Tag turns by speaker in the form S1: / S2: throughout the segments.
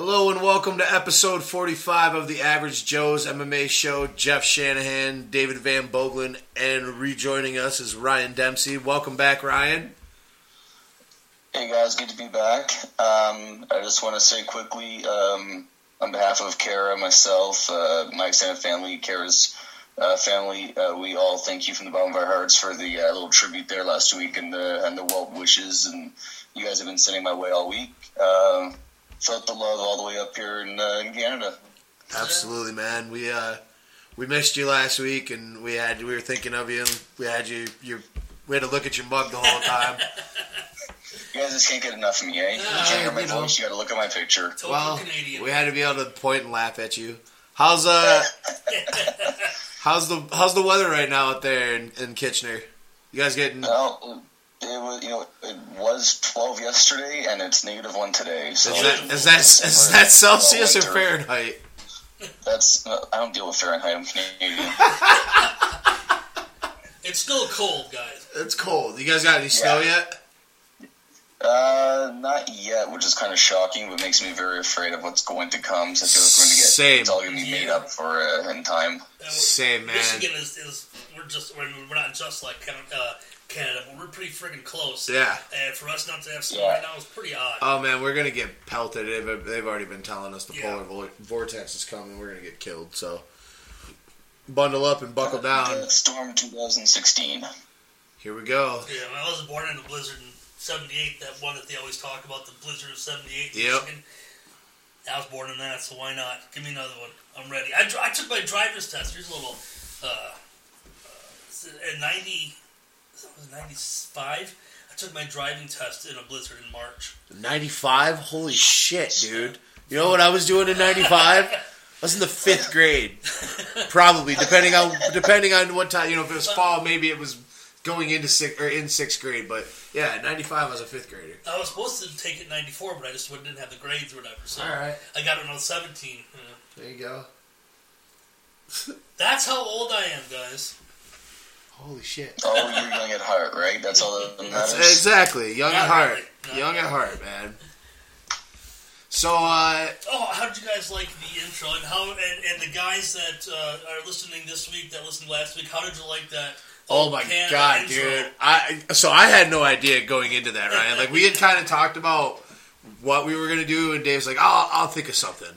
S1: welcome to episode 45 of the Average Joe's MMA show. Jeff Shanahan, David Van Boglin, and rejoining us is Ryan Dempsey. Welcome back, Ryan.
S2: Hey guys, good to be back. Um, I just want to say quickly, um, on behalf of Kara, myself, uh, my extended family, Kara's uh, family, uh, we all thank you from the bottom of our hearts for the uh, little tribute there last week and the and the well wishes, and you guys have been sending my way all week. Um felt the love all the way up here in, uh, in Canada.
S1: Absolutely, man. We uh, we missed you last week, and we had we were thinking of you. We had you. You we had to look at your mug the whole time.
S2: You guys just can't get enough of me, eh? You can't hear my voice. You got to look at my picture.
S3: Total
S1: well,
S3: Canadian.
S1: we had to be able to point and laugh at you. How's uh, how's the how's the weather right now out there in, in Kitchener? You guys getting?
S2: Well, it was you know it was 12 yesterday, and it's negative one today. So
S1: Is that is that is that Celsius or Fahrenheit?
S2: That's uh, I don't deal with Fahrenheit. I'm Canadian.
S3: It's still cold, guys.
S1: It's cold. You guys got any snow
S2: Yeah.
S1: yet?
S2: Uh, not yet, which is kind of shocking, but makes me very afraid of what's going to come. Since it's going to get,
S1: Same.
S2: it's all going to be made up for uh, in time.
S3: Uh,
S1: Same, man.
S3: Michigan is, is we're just we're, we're not just like Can- uh, Canada, but we're pretty freaking close.
S1: Yeah.
S3: And for us not to have snow
S2: Yeah.
S3: right now is pretty odd.
S1: Oh man, we're gonna get pelted. They've, they've already been telling us the
S3: Yeah.
S1: polar vo- vortex is coming. We're gonna get killed. So bundle up and buckle down.
S2: The Uh, storm 2016.
S1: Here we go.
S3: yeah, I was born in a blizzard in '78. That one that they always talk about, the blizzard of '78. in
S1: Yep.
S3: Michigan. I was born in that, so why not? Give me another one. I'm ready. I, dr- I took my driver's test. Here's a little. Uh, uh, s- in '90, was '95. I took my driving test in a blizzard in March.
S1: Ninety five. Holy shit, dude. You know what I was doing in ninety five? I was in the fifth grade, probably depending on depending on what time. You know, if it was fall, maybe it was going into sixth or in sixth grade. But yeah, ninety five. I was a fifth grader.
S3: I was supposed to take it 94, but I just wouldn't- didn't have the grades or whatever. So
S1: All right,
S3: I got it on 17. you know.
S1: there you go.
S3: That's how old I am, guys.
S1: Holy shit.
S2: Oh, you're young at heart, right? That's all that
S1: That's
S2: matters.
S1: exactly young at
S3: Not
S1: heart.
S3: really, not
S1: Young at
S3: really.
S1: heart, man. So uh,
S3: Oh, how did you guys like the intro? And how and, and the guys that uh, are listening this week that listened last week, how did you like that?
S1: Oh my
S3: Canada
S1: god,
S3: intro?
S1: dude! I so I had no idea going into that, Ryan. Like we had kind of talked about what we were gonna do, and Dave's like, "I'll I'll think of something."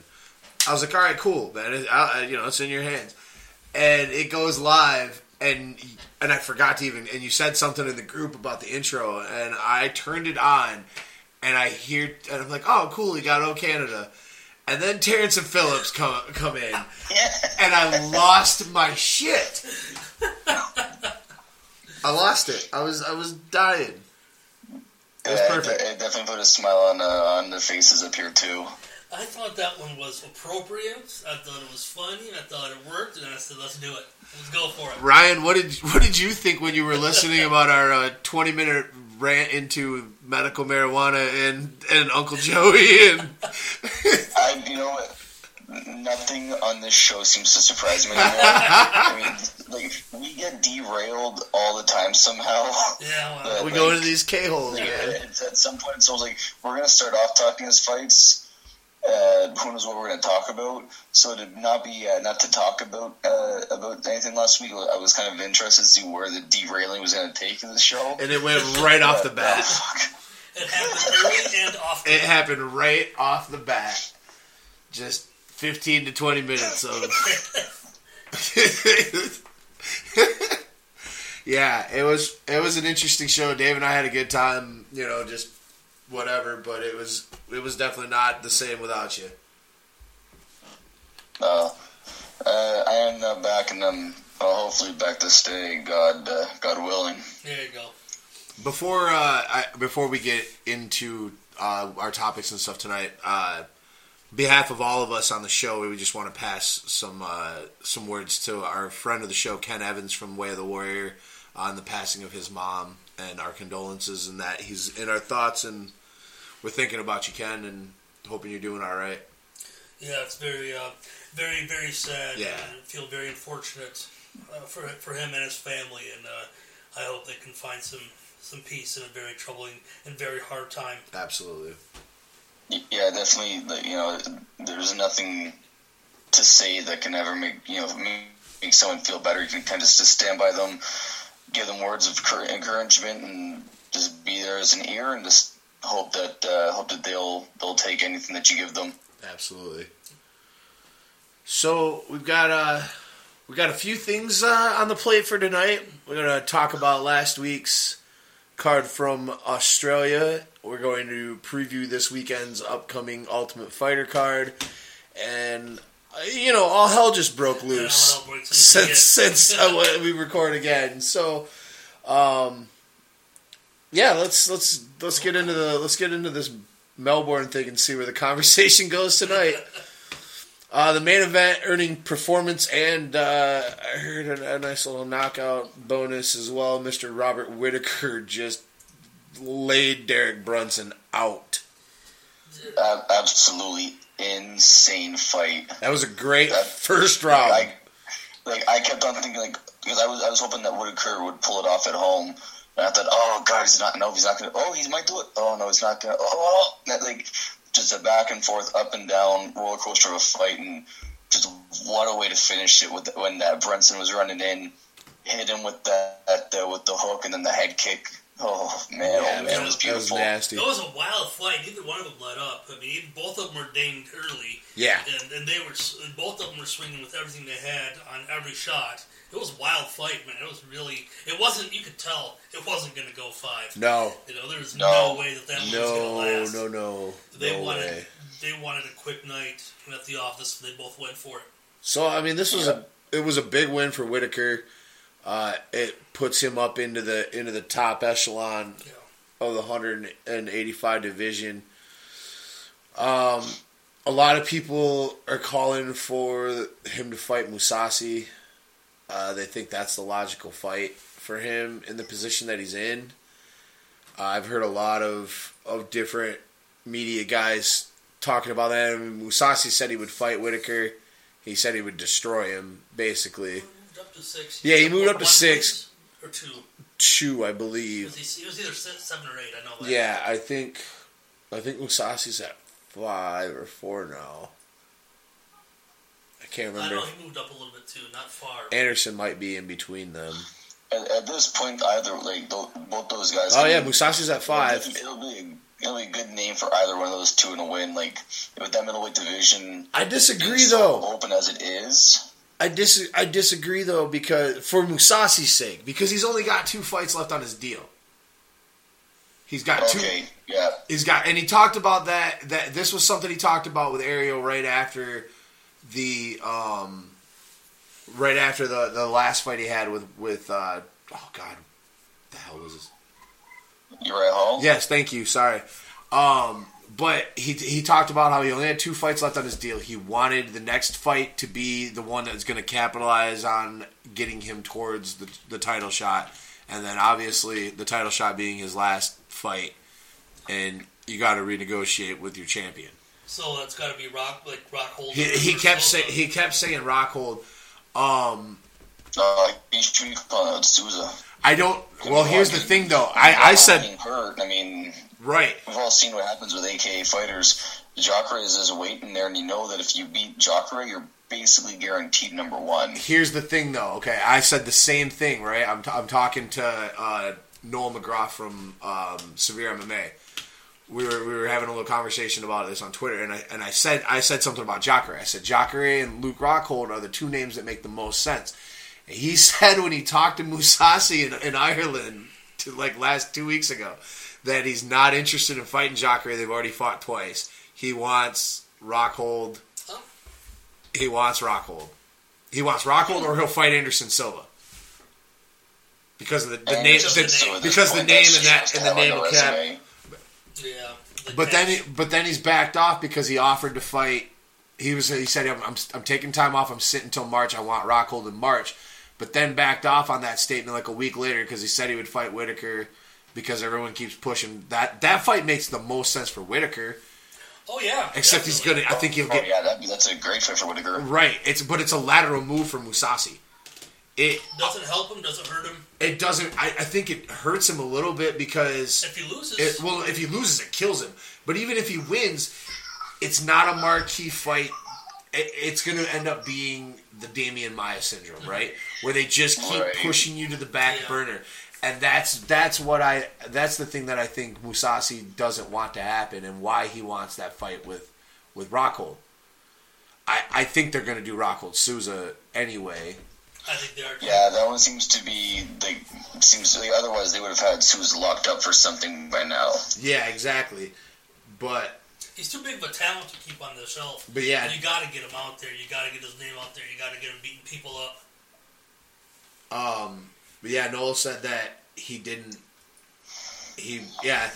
S1: I was like, "All right, cool, man. It- I, I- you know, it's in your hands." And it goes live, and and I forgot to even. And you said something in the group about the intro, and I turned it on, and I hear, and I'm like, "Oh, cool, you got O Canada." And then Terrence and Phillips come come in, and I lost my shit. I lost it. I was I was dying. It was
S2: Yeah,
S1: perfect.
S2: It, it definitely put a smile on uh, on the faces up here too.
S3: I thought that one was appropriate. I thought it was funny. I thought it worked, and I said, "Let's do it. Let's go for it."
S1: Ryan, what did what did you think when you were listening about our uh, twenty minute rant into medical marijuana and and Uncle Joey and
S2: I, you know, nothing on this show seems to surprise me anymore. I mean, like we get derailed all the time somehow.
S3: Yeah, well,
S1: we go into these K holes again?
S2: It's at some point, so I was like, we're gonna start off talking as fights. Uh, who knows what we're gonna talk about? So to not be uh, not to talk about uh, about anything last week, I was kind of interested to see where the derailing was gonna take in the show.
S1: And it went right off the
S2: Uh,
S1: bat.
S2: fuck.
S3: it happened early and often.
S1: It happened right off the bat. Just fifteen to twenty minutes of yeah, it was it was an interesting show. Dave and I had a good time, you know, just whatever. But it was it was definitely not the same without you.
S2: No. Uh, I am now back, and I'm uh, hopefully back to stay. God, uh, God willing.
S3: There you go.
S1: Before uh, I, before we get into uh, our topics and stuff tonight, uh, behalf of all of us on the show, we just want to pass some uh, some words to our friend of the show, Ken Evans from Way of the Warrior, on the passing of his mom, and our condolences, and that he's in our thoughts, and we're thinking about you, Ken, and hoping you're doing all right.
S3: Yeah, it's very, uh, very, very sad.
S1: Yeah.
S3: and I feel very unfortunate uh, for for him and his family, and uh, I hope they can find some some peace in a very troubling and very hard time.
S1: Absolutely.
S2: yeah, definitely. like, You know, there's nothing to say that can ever make you know make someone feel better. You can kind of just stand by them, give them words of cour- encouragement, and just be there as an ear, and just hope that uh, hope that they'll they'll take anything that you give them.
S1: Absolutely. So we've got uh, we got a few things uh, on the plate for tonight. We're gonna talk about last week's card from Australia. We're going to preview this weekend's upcoming Ultimate Fighter card, and uh, you know all hell just broke loose
S3: I'll break some
S1: since
S3: shit.
S1: since uh, we record again. So, um, yeah, let's let's let's get into the let's get into this Melbourne thing and see where the conversation goes tonight. Uh, the main event earning performance and uh, I heard a, a nice little knockout bonus as well. Mr. Robert Whitaker just laid Derek Brunson out.
S2: Uh, absolutely insane fight.
S1: That was a great
S2: That-
S1: first round.
S2: Like, like I kept on thinking, like because I was I was hoping that Whitaker would pull it off at home, and I thought, oh god, he's not. No, he's not gonna. Oh, he might do it. Oh no, he's not gonna. Oh, oh. That, like just a back and forth, up and down roller coaster of a fight, and just what a way to finish it with when that Brunson was running in, hit him with that, that uh, with the hook and then the head kick. Oh man,
S1: Yeah,
S2: oh
S1: that
S2: man, it was
S1: that was
S2: beautiful.
S1: nasty.
S3: That was a wild fight. Neither one of them let up. I mean, both of them were dinged early,
S1: Yeah,
S3: and, and they were s- both of them were swinging with everything they had on every shot. It was a wild fight, man. It was really. It wasn't. You could tell it wasn't going to go five.
S1: no,
S3: You know, there was no,
S2: No.
S3: way that that one was going to
S1: no,
S3: last.
S1: no, no,
S3: They
S1: no
S3: wanted.
S1: way.
S3: They wanted a quick night at the office, and they both went for it.
S1: So I mean, this was a it was a big win for Whitaker. Uh, it puts him up into the into the top echelon
S3: You know.
S1: of the 185 division. Um, a lot of people are calling for him to fight Musasi. Uh, they think that's the logical fight for him in the position that he's in. Uh, I've heard a lot of of different media guys talking about that. I mean, Musasi said he would fight Whitaker. He said he would destroy him, basically.
S3: Moved up to six.
S1: Yeah, he moved up to
S3: One
S1: six.
S3: place Or two.
S1: Two, I
S3: It
S1: believe.
S3: was, it was either se- seven or eight. I know that.
S1: Yeah, I think I think Musasi's at five or four now. I can't
S3: I
S1: remember.
S3: know he moved up a little bit too, not far.
S1: Anderson might be in between them.
S2: At, at this point, either like tho- both those guys.
S1: Oh yeah, Musasi's at five.
S2: It'll be, it'll be a good name for either one of those two in a win. Like with that middleweight division,
S1: I disagree
S2: being so
S1: though.
S2: Open as it is,
S1: I dis I disagree though because for Musasi's sake, because he's only got two fights left on his deal. He's got two
S2: okay, yeah,
S1: He's got, and he talked about that. That this was something he talked about with Ariel right after the, um, right after the the last fight he had with with uh, oh god, the hell was this?
S2: you're right, Hall.
S1: Yes, thank you. Sorry. Um, but he he talked about how he only had two fights left on his deal. He wanted the next fight to be the one that's going to capitalize on getting him towards the the title shot, and then obviously the title shot being his last fight, and you got to renegotiate with your champion.
S3: So that's got to be Rock, like Rock Holder.
S1: He, he
S3: or
S1: kept
S3: Sosa.
S1: saying he kept saying Rockhold. Um,
S2: Uh, he should be calling out Souza.
S1: I don't. Well, here's the
S2: Fucking-
S1: thing though. I I said
S2: fucking hurt. I mean,
S1: right.
S2: we've all seen what happens with AKA fighters. Jacare is just waiting there, and you know that if you beat Jacare, you're basically guaranteed number one.
S1: here's the thing though okay i said the same thing right i'm, t- I'm talking to uh, noel mcgrath from um, severe mma we were, we were having a little conversation about this on twitter and i, and I said i said something about jacare i said jacare and luke rockhold are the two names that make the most sense And he said when he talked to musasi in, in ireland to like last two weeks ago that he's not interested in fighting jacare they've already fought twice he wants rockhold
S3: Oh.
S1: he wants rockhold he wants Rockhold, or he'll fight Anderson Silva because of the, the
S2: And
S1: name.
S3: just
S1: the-
S3: the name.
S2: at this
S1: because the
S2: point,
S1: name
S2: that's
S1: and
S2: just
S1: that-
S2: nice to
S1: and the
S2: have on
S1: name
S2: the
S1: of Cap.
S2: resume.
S3: yeah. the
S1: but then,
S3: catch.
S1: he, but then he's backed off because he offered to fight. He was he said I'm, I'm, I'm taking time off. I'm sitting till March. I want Rockhold in March. But then backed off on that statement like a week later because he said he would fight Whitaker because everyone keeps pushing that. That fight makes the most sense for Whitaker.
S3: oh yeah.
S1: Except he's
S3: definitely.
S1: gonna. I think he'll
S2: Oh,
S1: get
S2: yeah, that'd be, that's a great fight for Whitaker.
S1: Right. It's but it's a lateral move for Musasi. It
S3: Doesn't help him, doesn't hurt him.
S1: it doesn't. I, I think it hurts him a little bit because
S3: If he loses,
S1: it, well, if he loses, it kills him. But even if he wins, it's not a marquee fight. It, it's going to end up being the Damian Maya syndrome, right? Where they just keep
S2: Right.
S1: pushing you to the back
S3: Yeah.
S1: burner, and that's that's what I that's the thing that I think Musasi doesn't want to happen, and why he wants that fight with with Rockhold. I, I think they're going to do Rockhold Souza anyway.
S3: I think they are.
S2: Yeah, that one seems to be like seems to, like, otherwise they would have had Sue's locked up for something by now.
S1: Yeah, exactly. But
S3: He's too big of a talent to keep on the shelf.
S1: But yeah.
S3: you got to get him out there. You got to get his name out there. You got to get him beating people up.
S1: Um, but yeah, Noel said that he didn't. He yeah,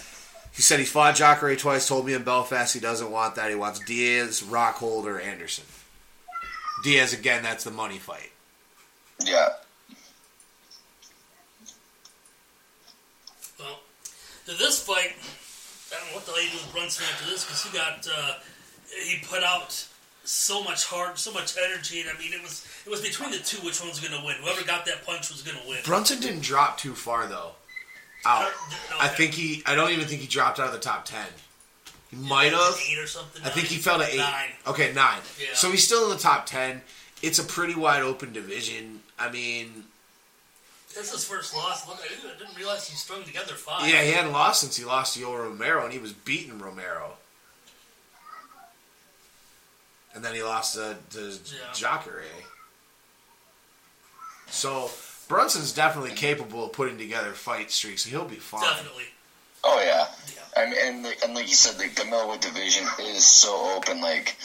S1: he said he fought Jacare twice. Told me in Belfast he doesn't want that. He wants Diaz, Rockhold, or Anderson. Diaz again. That's the money fight.
S2: Yeah,
S3: Well, to this fight, I don't know what the lady with Brunson after this because he got uh, he put out so much heart, so much energy, and I mean it was it was between the two which one's going to win. Whoever got that punch was going to win.
S1: Brunson didn't drop too far though. Out. I think he. I don't even think he dropped out of the top ten. He might have.
S3: eight or something.
S1: I think
S3: nine.
S1: he fell to eight.
S3: Nine.
S1: Okay, nine.
S3: Yeah.
S1: So he's still in the top ten. It's a pretty wide open division. I mean,
S3: That's his first loss. Look, I didn't, I didn't realize he strung together five.
S1: yeah, he hadn't lost since he lost to Yoel Romero, and he was beating Romero. And then he lost to, to
S3: Yeah.
S1: Jacare. So Brunson's definitely capable of putting together fight streaks. He'll be fine.
S3: definitely.
S2: Oh yeah,
S3: Yeah.
S2: I mean, and like- and like you said, like, the middleweight division is so open. Like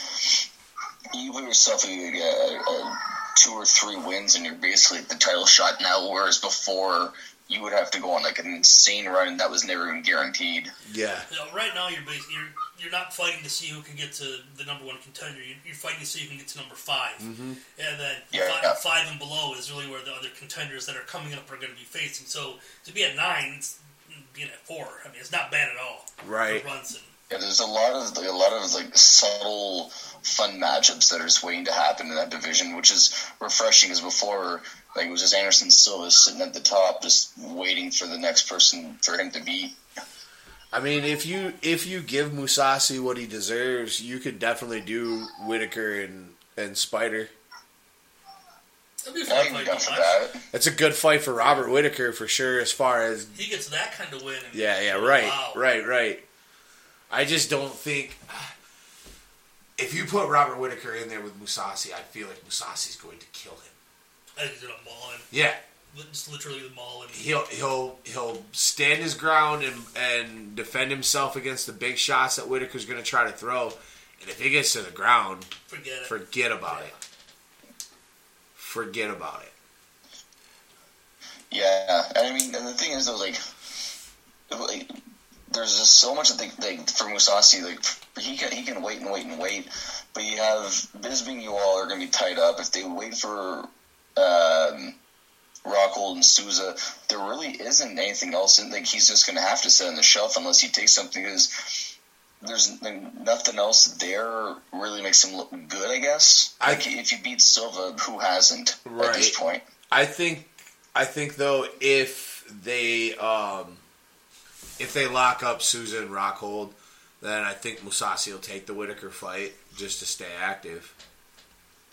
S2: you put yourself a, a, a two or three wins, and you're basically at the title shot now. Whereas before, you would have to go on like an insane run, and that was never even guaranteed.
S1: Yeah.
S3: You know, right now you're bas you're you're not fighting to see who can get to the number one contender. You're, you're fighting to see who can get to number 5
S1: Mm-hmm.
S3: and then
S2: Yeah,
S3: five,
S2: yeah.
S3: five and below is really where the other contenders that are coming up are going to be facing. So to be at nine, it's being at four. I mean, it's not bad at all.
S1: Right.
S3: For Brunson.
S2: Yeah, there's a lot of like, a lot of like subtle, fun matchups that are just waiting to happen in that division, which is refreshing. Because before, like it was just Anderson Silva sitting at the top, just waiting for the next person for him to beat.
S1: I mean, if you if you give Musasi what he deserves, you could definitely do Whitaker and and Spider.
S3: That'd be a
S2: I
S3: fun
S2: can be
S3: fight
S2: down
S3: to
S2: for
S3: watch.
S2: that.
S1: It's a good fight for Robert Whitaker for sure. As far as
S3: He gets that kind of win. and-
S1: Yeah, yeah, right,
S3: Wow.
S1: right, right. I just don't think if you put Robert Whitaker in there with Musasi, I feel like Musasi's going to kill him.
S3: I think he's gonna maul him.
S1: Yeah,
S3: Just literally maul him.
S1: he'll he'll he'll stand his ground and and defend himself against the big shots that Whitaker's going to try to throw. And if he gets to the ground,
S3: Forget it.
S1: forget about it. Forget about it.
S2: Yeah, and I mean, and the thing is though, like, like there's just so much that they, like for Musasi, like he can he can wait and wait and wait, but you have Bisbing, you all are gonna be tied up if they wait for um, Rockhold and Souza. There really isn't anything else, and like he's just gonna have to sit on the shelf unless he takes something because. There's like, nothing else there really makes him look good, I guess.
S1: I-
S2: like if you beat Silva, who hasn't at this
S1: Right.
S2: point?
S1: I think I think though if they um, if they lock up Souza and Rockhold, then I think Musasi will take the Whitaker fight just to stay active.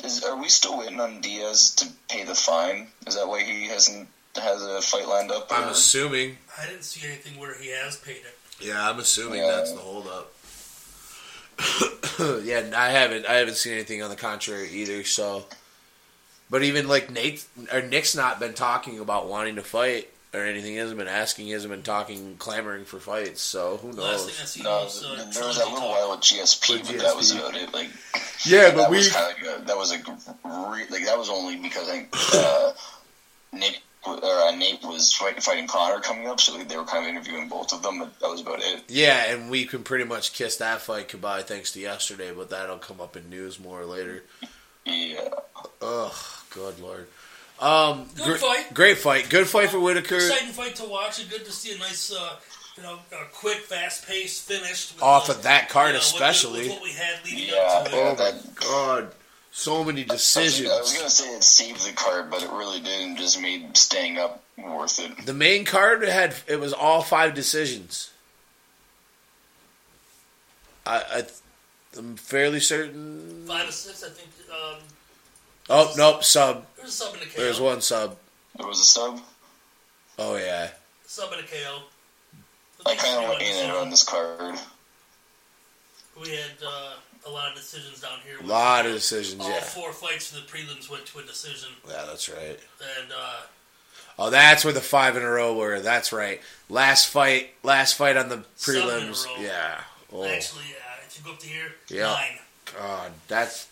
S2: Is, are we still waiting on Diaz to pay the fine? Is that why he hasn't has a fight lined up?
S1: I'm
S2: or-
S1: assuming.
S3: I didn't see anything where he has paid it.
S1: Yeah, I'm assuming
S2: Yeah.
S1: that's the holdup. yeah, and I haven't I haven't seen anything on the contrary either. So, but even like Nate or Nick's not been talking about wanting to fight or anything. He hasn't been asking. He hasn't been talking, clamoring for fights. So who
S3: The last thing
S1: knows?
S3: I
S2: no,
S3: see was uh,
S2: there was
S3: trilogy
S2: that little
S3: talk.
S2: while with GSP,
S1: With
S2: but that was
S1: GSP.
S2: about it. Like,
S1: Yeah,
S2: that was kind of like a, that was a gr- re, like that was only because I think uh, Nate or uh, Nate was fight, fighting Connor coming up, so like, they were kind of interviewing both of them. But that was about it.
S1: Yeah, and we can pretty much kiss that fight goodbye thanks to yesterday, but that'll come up in news more later.
S2: Yeah,
S1: Ugh, good lord. Um,
S3: Good
S1: gr-
S3: fight.
S1: Great fight. Good fight for Whitaker.
S3: exciting fight to watch. And good to see a nice, uh, you know, a quick, fast paced finish. With
S1: Off
S3: the-
S1: of that card
S3: you know, with the-
S1: especially.
S3: with what we had leading
S2: Yeah.
S3: up to it.
S1: Oh my
S2: that-
S1: god. So many
S2: I was
S1: decisions.
S2: gonna say it saved the card, but it really didn't. Just made staying up worth it.
S1: The main card had it was all five decisions. I, I I'm fairly
S2: Oh.
S1: certain.
S3: Five or six, I think. Um,
S1: Oh nope, sub.
S3: there was a sub and a KO.
S1: There's one sub.
S2: There was a sub.
S1: Oh yeah.
S3: Sub and a KO.
S2: I kind of lean in on this card.
S3: uh, We had uh, a lot of decisions down here.
S1: A lot of decisions.
S3: All
S1: Yeah.
S3: four fights for the prelims went to a decision,
S1: Yeah, that's right.
S3: and uh,
S1: Oh, that's where the five in a row were. That's right. Last fight, last fight on the
S3: Seven in a
S1: prelims.
S3: row.
S1: Yeah. Oh
S3: actually, uh, if you go up to here,
S1: Yeah.
S3: nine.
S1: God, that's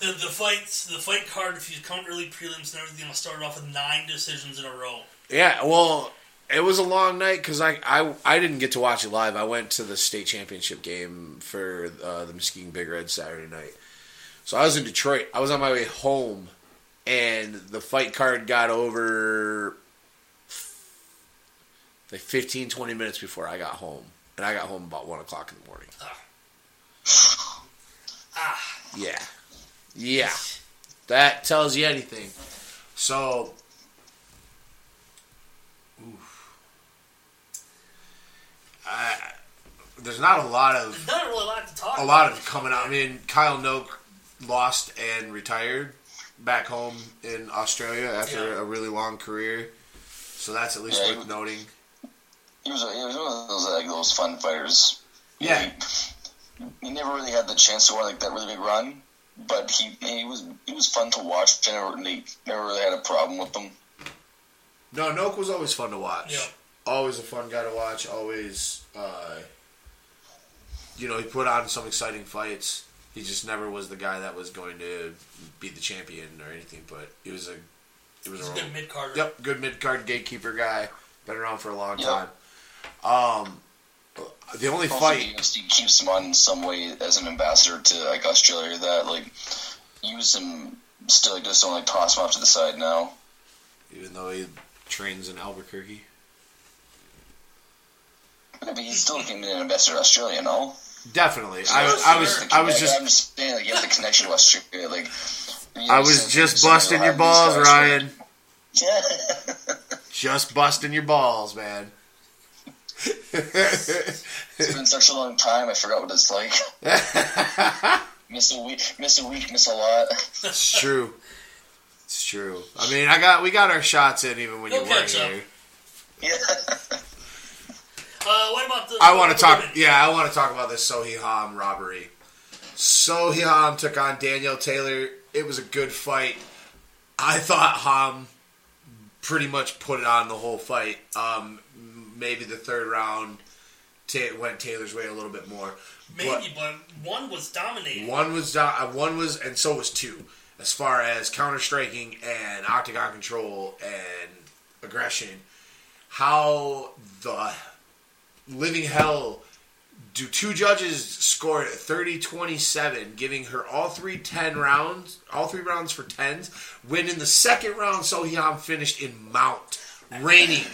S3: The, the fights, the fight card. If you count early prelims and everything, I started off with nine decisions in a row.
S1: yeah. Well, it was a long night because I, I I didn't get to watch it live. I went to the state championship game for uh, the Muskegon Big Red Saturday night. So I was in Detroit. I was on my way home, and the fight card got over like 15, 20 minutes before I got home, and I got home about one o'clock in the morning.
S3: Ah.
S1: Yeah. Yeah. That tells you anything. So. oof. I- there's not a lot of
S3: There's not really a lot to talk.
S1: a lot of coming out. I mean, Kyle Noak lost and retired back home in Australia after
S3: Yeah.
S1: a really long career. So that's at least
S2: Yeah.
S1: worth noting.
S2: He was, he was one of those like those fun fighters.
S1: Yeah.
S2: He never really had the chance to win like that really big run, but he he was he was fun to watch. I never, really- never really had a problem with him.
S1: No, Noak was always fun to watch.
S3: Yeah.
S1: Always a fun guy to watch. Always, uh, you know, he put on some exciting fights. He just never was the guy that was going to be the champion or anything. But he was a, he was
S3: He's
S1: a
S3: a good mid carder.
S1: Yep, good mid card gatekeeper guy. Been around for a long
S2: Yep.
S1: time. Um, the only
S2: Hopefully
S1: fight,
S2: the UFC keeps him on in some way as an ambassador to like Australia. That like use him still like just don't like toss him off to the side now.
S1: even though he trains in Albuquerque.
S2: I mean, he's still looking an ambassador to Australia, no?
S1: Definitely,
S2: No,
S1: I,
S2: sir.
S1: I was, I was just,
S2: I'm just saying, like, you have the connection to Australia. Like, you know,
S1: I was
S2: since-
S1: just
S2: since
S1: busting
S2: you'll
S1: your
S2: have
S1: balls,
S2: these guys, like-
S1: Ryan.
S2: Yeah.
S1: Just busting your balls, man.
S2: It's been such a long time. I forgot what it's like. miss a week, miss a week, miss a lot.
S1: It's true. It's true. I mean, I got we got our shots in even when
S3: We'll
S1: you weren't
S3: catch up.
S1: here.
S2: Yeah.
S3: Uh, what about the?
S1: I want to
S3: the
S1: talk.
S3: women?
S1: Yeah, I want to talk about this Sohee Ham robbery. Sohee Ham took on Danielle Taylor. It was a good fight. I thought Ham pretty much put it on the whole fight. Um, maybe the third round ta- went Taylor's way a little bit more. But-
S3: Maybe, but one was dominating.
S1: One was do- uh, one was, and so was two, as far as counter striking and octagon control and aggression. How the living hell do two judges score 30-27, giving her all three 10 rounds, all three rounds for 10s, when in the second round Sohyam finished in mount, raining,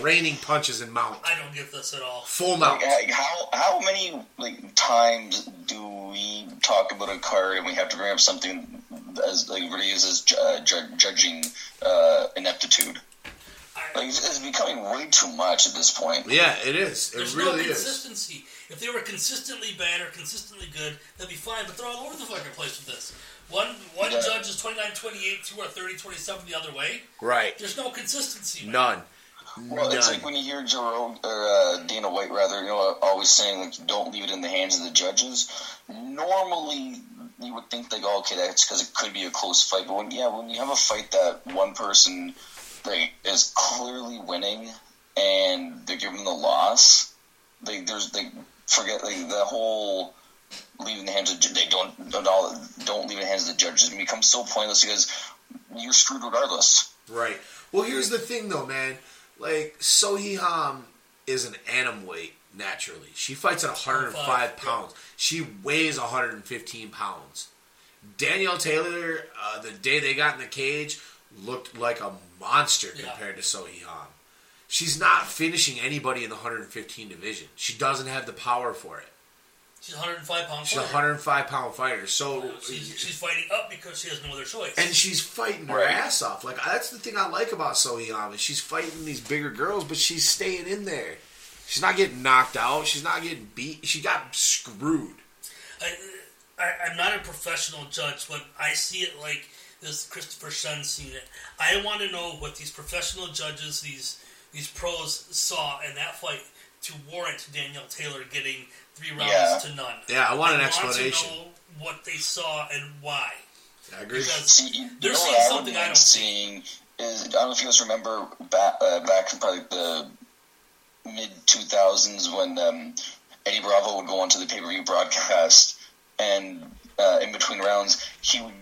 S1: raining punches in mount,
S3: I don't get this at all.
S1: full mount.
S2: Like, how how many like times do we talk about a card and we have to bring up something as like really as uh, ju- judging uh, ineptitude?
S3: I,
S2: Like, it's, it's becoming way too much at this point.
S1: Yeah, it is. It
S3: there's
S1: really
S3: no
S1: is.
S3: consistency. If they were consistently bad or consistently good, that'd be fine. But they're all over the fucking place with this. One one
S2: Yeah.
S3: judge is 29-28, two are 30-27 the other way.
S1: Right.
S3: There's no consistency. man.
S1: None.
S2: Well, it's
S1: None.
S2: like when you hear Jerome or uh, Dana White, rather, you know, always saying like, "Don't leave it in the hands of the judges." Normally, you would think like, "Oh, okay, that's because it could be a close fight." But when yeah, when you have a fight that one person like is clearly winning and they're given the loss, like there's like forget like the whole leaving the hands of ju- they don't don't all- don't leave it in the hands of the judges. It becomes so pointless because you're screwed regardless.
S1: Right. Well, here's the thing, though, man. Like, Sohee Ham is an anim weight naturally. She fights at 105
S3: 105,
S1: pounds. She weighs 115 pounds. Danielle Taylor, uh, the day they got in the cage, looked like a monster
S3: Yeah.
S1: compared to Sohee Ham. She's not finishing anybody in the 115 division. She doesn't have the power for it.
S3: She's 105 pounds.
S1: She's a 105 pound fighter. So,
S3: She's, she's fighting up because she has no other choice.
S1: and she's fighting her
S2: Right.
S1: ass off. Like that's the thing I like about Sohyam is she's fighting these bigger girls, but she's staying in there. She's not getting knocked out. She's not getting beat. She got screwed.
S3: I, I, I'm not a professional judge, but I see it like this Christopher Shun seen it. I want to know what these professional judges, these these pros, saw in that fight to warrant Danielle Taylor getting three rounds
S2: Yeah.
S3: to none.
S1: Yeah, I want an
S3: to
S1: explanation.
S3: know what they saw and why.
S1: I agree.
S3: Because
S2: See, you
S3: They're
S2: know
S3: seeing
S2: what I
S3: something
S2: would
S3: I
S2: like
S3: don't
S2: seeing is I don't know if you guys remember back uh, back in probably the mid two thousands when um, Eddie Bravo would go onto the pay per view broadcast and uh, in between rounds he would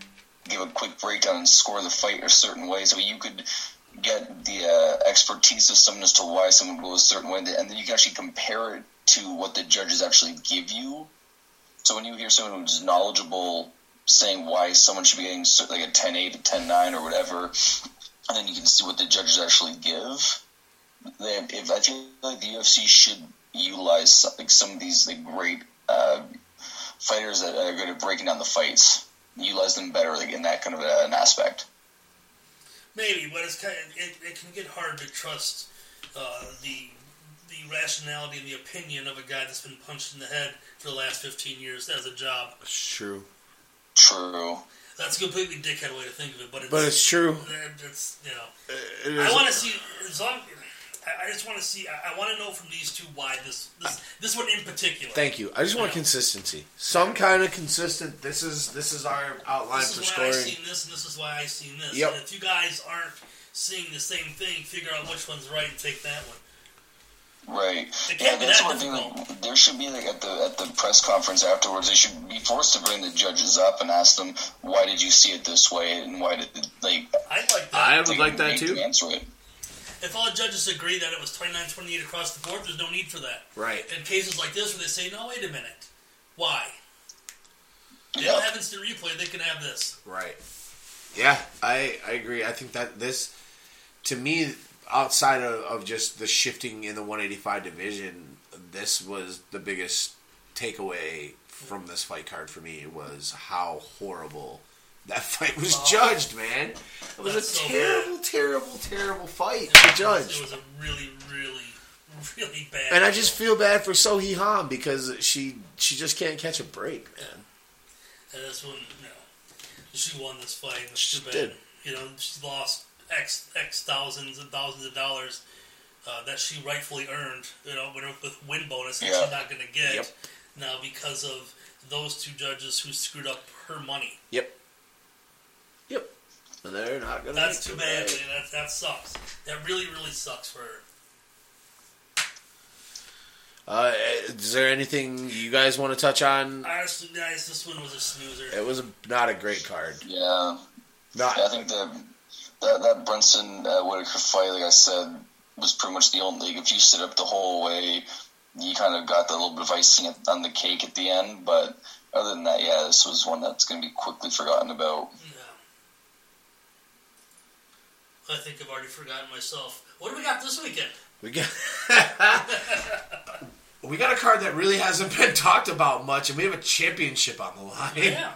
S2: give a quick breakdown and score the fight a certain way so you could get the uh, expertise of someone as to why someone would go a certain way and then you can actually compare it to what the judges actually give you. So when you hear someone who's knowledgeable saying why someone should be getting cer- like a 10-8, a 10-9 or whatever, and then you can see what the judges actually give. They, if I feel like the UFC should utilize some, like some of these like great uh, fighters that are good at breaking down the fights, utilize them better like in that kind of uh, an aspect.
S3: maybe, but it's kind of, it, it can get hard to trust uh, the the rationality and the opinion of a guy that's been punched in the head for the last 15 years as a job.
S1: It's true,
S2: True.
S3: That's a completely dickhead way to think of it, but it's,
S1: but it's true.
S3: that- that's you know.
S1: It is-
S3: Uh, I want to see as long. I, I just want to see. I, I want to know from these two why this this this one in particular.
S1: Thank you. I just want consistency. Some kind of consistent. This is this is our outline
S3: this
S1: for
S3: is why I
S1: scoring.
S3: seen this, and this is why I seen this.
S1: Yep.
S3: And if you guys aren't seeing the same thing, figure out which one's right and take that one.
S2: Right.
S3: It
S2: Yeah,
S3: can't be
S2: that's
S3: that
S2: one thing. Like, there should be like at the at the press conference afterwards, they should be forced to bring the judges up and ask them why did you see it this way and why did like
S3: I'd like that.
S1: I would like that
S2: make them
S1: too.
S2: Answer it.
S3: If all judges agree that it was 29-28 across the board, there's no need for that.
S1: Right.
S3: In cases like this, where they say, "No, wait a minute, why?" They
S2: Yeah.
S3: don't have instant replay. They can have this.
S1: Right. Yeah, I I agree. I think that this, to me, outside of, of just the shifting in the 185 division, this was the biggest takeaway from this fight card for me was how horrible that fight was judged, man. It was a
S3: Oh. That's so bad.
S1: terrible, terrible, terrible fight
S3: It
S1: to
S3: was-
S1: judge.
S3: It was a really, really, really bad.
S1: And I just feel bad for Sohee Han because she she just can't catch a break, man.
S3: And this one, no. She won this fight. and It's
S1: She
S3: too bad.
S1: did.
S3: You know, she lost X X thousands and thousands of dollars uh, that she rightfully earned. You know, with, with win bonus that
S2: Yeah.
S3: she's not going to get
S1: Yep.
S3: now because of those two judges who screwed up her money.
S1: Yep. Yep. And they're not gonna.
S3: That's
S1: make
S3: too
S1: it,
S3: bad.
S1: right?
S3: man. That that sucks. That really, really sucks for her.
S1: Uh, is there anything you guys want to touch on?
S3: Honestly, guys, this one was a snoozer.
S1: It was not a great card.
S2: Yeah,
S1: Not.
S2: I think the that that Brunson uh, Whitaker fight, like I said, was pretty much the only. Like, if you sit up the whole way, you kind of got that little bit of icing at- on the cake at the end. But other than that, yeah, this was one that's going to be quickly forgotten about.
S3: Yeah. I think I've already forgotten myself. What do we got this weekend?
S1: We got. we got a card that really hasn't been talked about much, and we have a championship on the line.
S3: Yeah.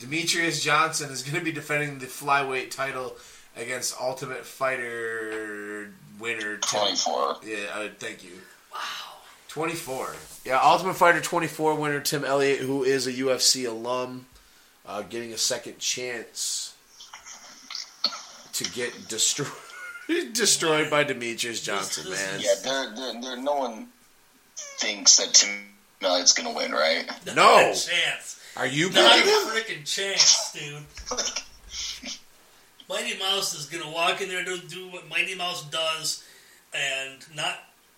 S1: Demetrius Johnson is going to be defending the flyweight title against Ultimate Fighter winner Tim-
S2: Twenty four.
S1: Yeah, uh, thank you.
S3: Wow.
S1: 24. Yeah, Ultimate Fighter 24 winner Tim Elliott, who is a UFC alum, uh, getting a second chance to get destroyed destroyed by Demetrius Johnson, man.
S2: Yeah, there, there, there. No one thinks that Tim Elliott's going to win, right?
S1: No.
S3: Not a chance.
S1: Are you
S3: Not a
S1: kidding?
S3: freaking chance, dude. Mighty Mouse is gonna walk in there to do what Mighty Mouse does and not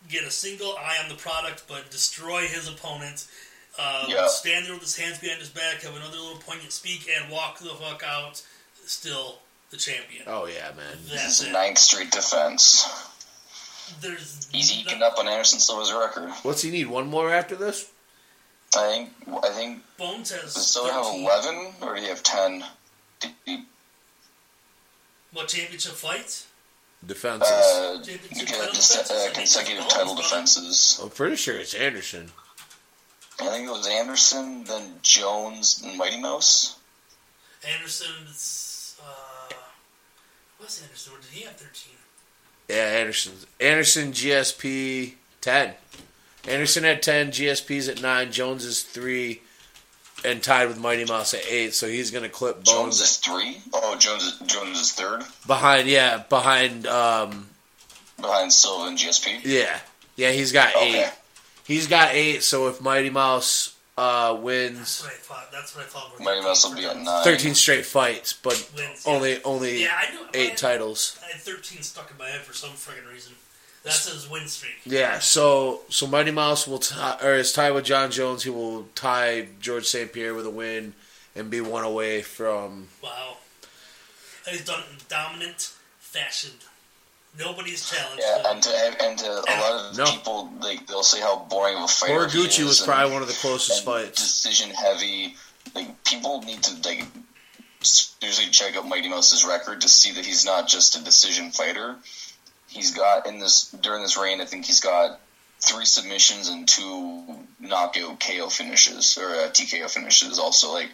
S3: get a single eye on the product, but destroy his opponent. Um,
S2: Yeah.
S3: Stand there with his hands behind his back, have another little poignant speak, and walk the fuck out. Still the champion.
S1: Oh yeah, man.
S3: That's
S2: It's a
S3: it.
S2: ninth straight defense.
S3: There's
S2: He's eking up on Anderson Silva's record.
S1: What's he need? One more after this?
S2: I think. I think
S3: Bones has
S2: Does Soto have
S3: 13.
S2: 11 or do you have 10? Did he-
S3: What championship fights?
S1: Defenses.
S2: Uh,
S3: Championship
S2: you got
S3: title
S2: dis-
S3: defenses?
S2: uh, consecutive title defenses.
S1: I'm pretty sure it's Anderson.
S2: I think it was Anderson, then Jones, and Mighty Mouse.
S3: Anderson's. Uh, was Anderson? Or did he have 13?
S1: Yeah, Anderson. Anderson GSP ten. Anderson at ten, GSP's at nine, Jones is three, and tied with Mighty Mouse at eight. So he's gonna clip
S2: Jones
S1: Bones
S2: is three. Oh, Jones is, Jones is third
S1: behind. Yeah, behind. Um,
S2: behind Silva and GSP.
S1: yeah, yeah. He's got
S2: Okay.
S1: eight. He's got eight. So if Mighty Mouse uh, wins
S3: That's what I thought. That's what I thought.
S2: Mighty Mouse will be at nine.
S1: thirteen straight fights, but
S3: Wins, yeah.
S1: only only
S3: Yeah, I knew.
S1: eight
S3: I,
S1: titles.
S3: I had 13 stuck in my head for some friggin' reason. That's his win streak.
S1: Yeah. So so Mighty Mouse will tie, or is tied with John Jones. He will tie George St Pierre with a win and be one away from
S3: Wow. And he's done it in dominant fashion. Nobody's challenged
S2: Yeah,
S3: him.
S2: and to, and to a lot of
S1: No.
S2: people, like they'll say how boring of a fighter. he
S1: Horiguchi
S2: is
S1: was
S2: and-
S1: probably one of the closest
S2: and
S1: fights.
S2: Decision heavy. Like people need to like seriously check out Mighty Mouse's record to see that he's not just a decision fighter. He's got in this during this reign, I think he's got three submissions and two knockout KO finishes or uh, TKO finishes. Also, like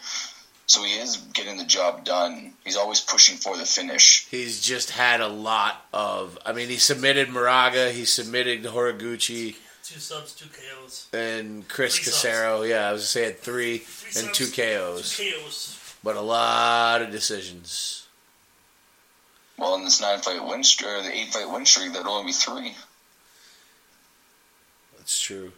S2: so he is getting the job done. He's always pushing for the finish.
S1: He's just had a lot of. I mean, he submitted Moraga, he submitted Horiguchi
S3: Two subs, two KOs.
S1: and Chris
S3: Three subs.
S1: Casero. Yeah, I was gonna say had three, and two
S3: subs,
S1: KOs,
S3: Two KOs.
S1: but a lot of decisions.
S2: Well, in this nine fight win streak or the eight fight win streak, that'd only be three.
S1: That's true.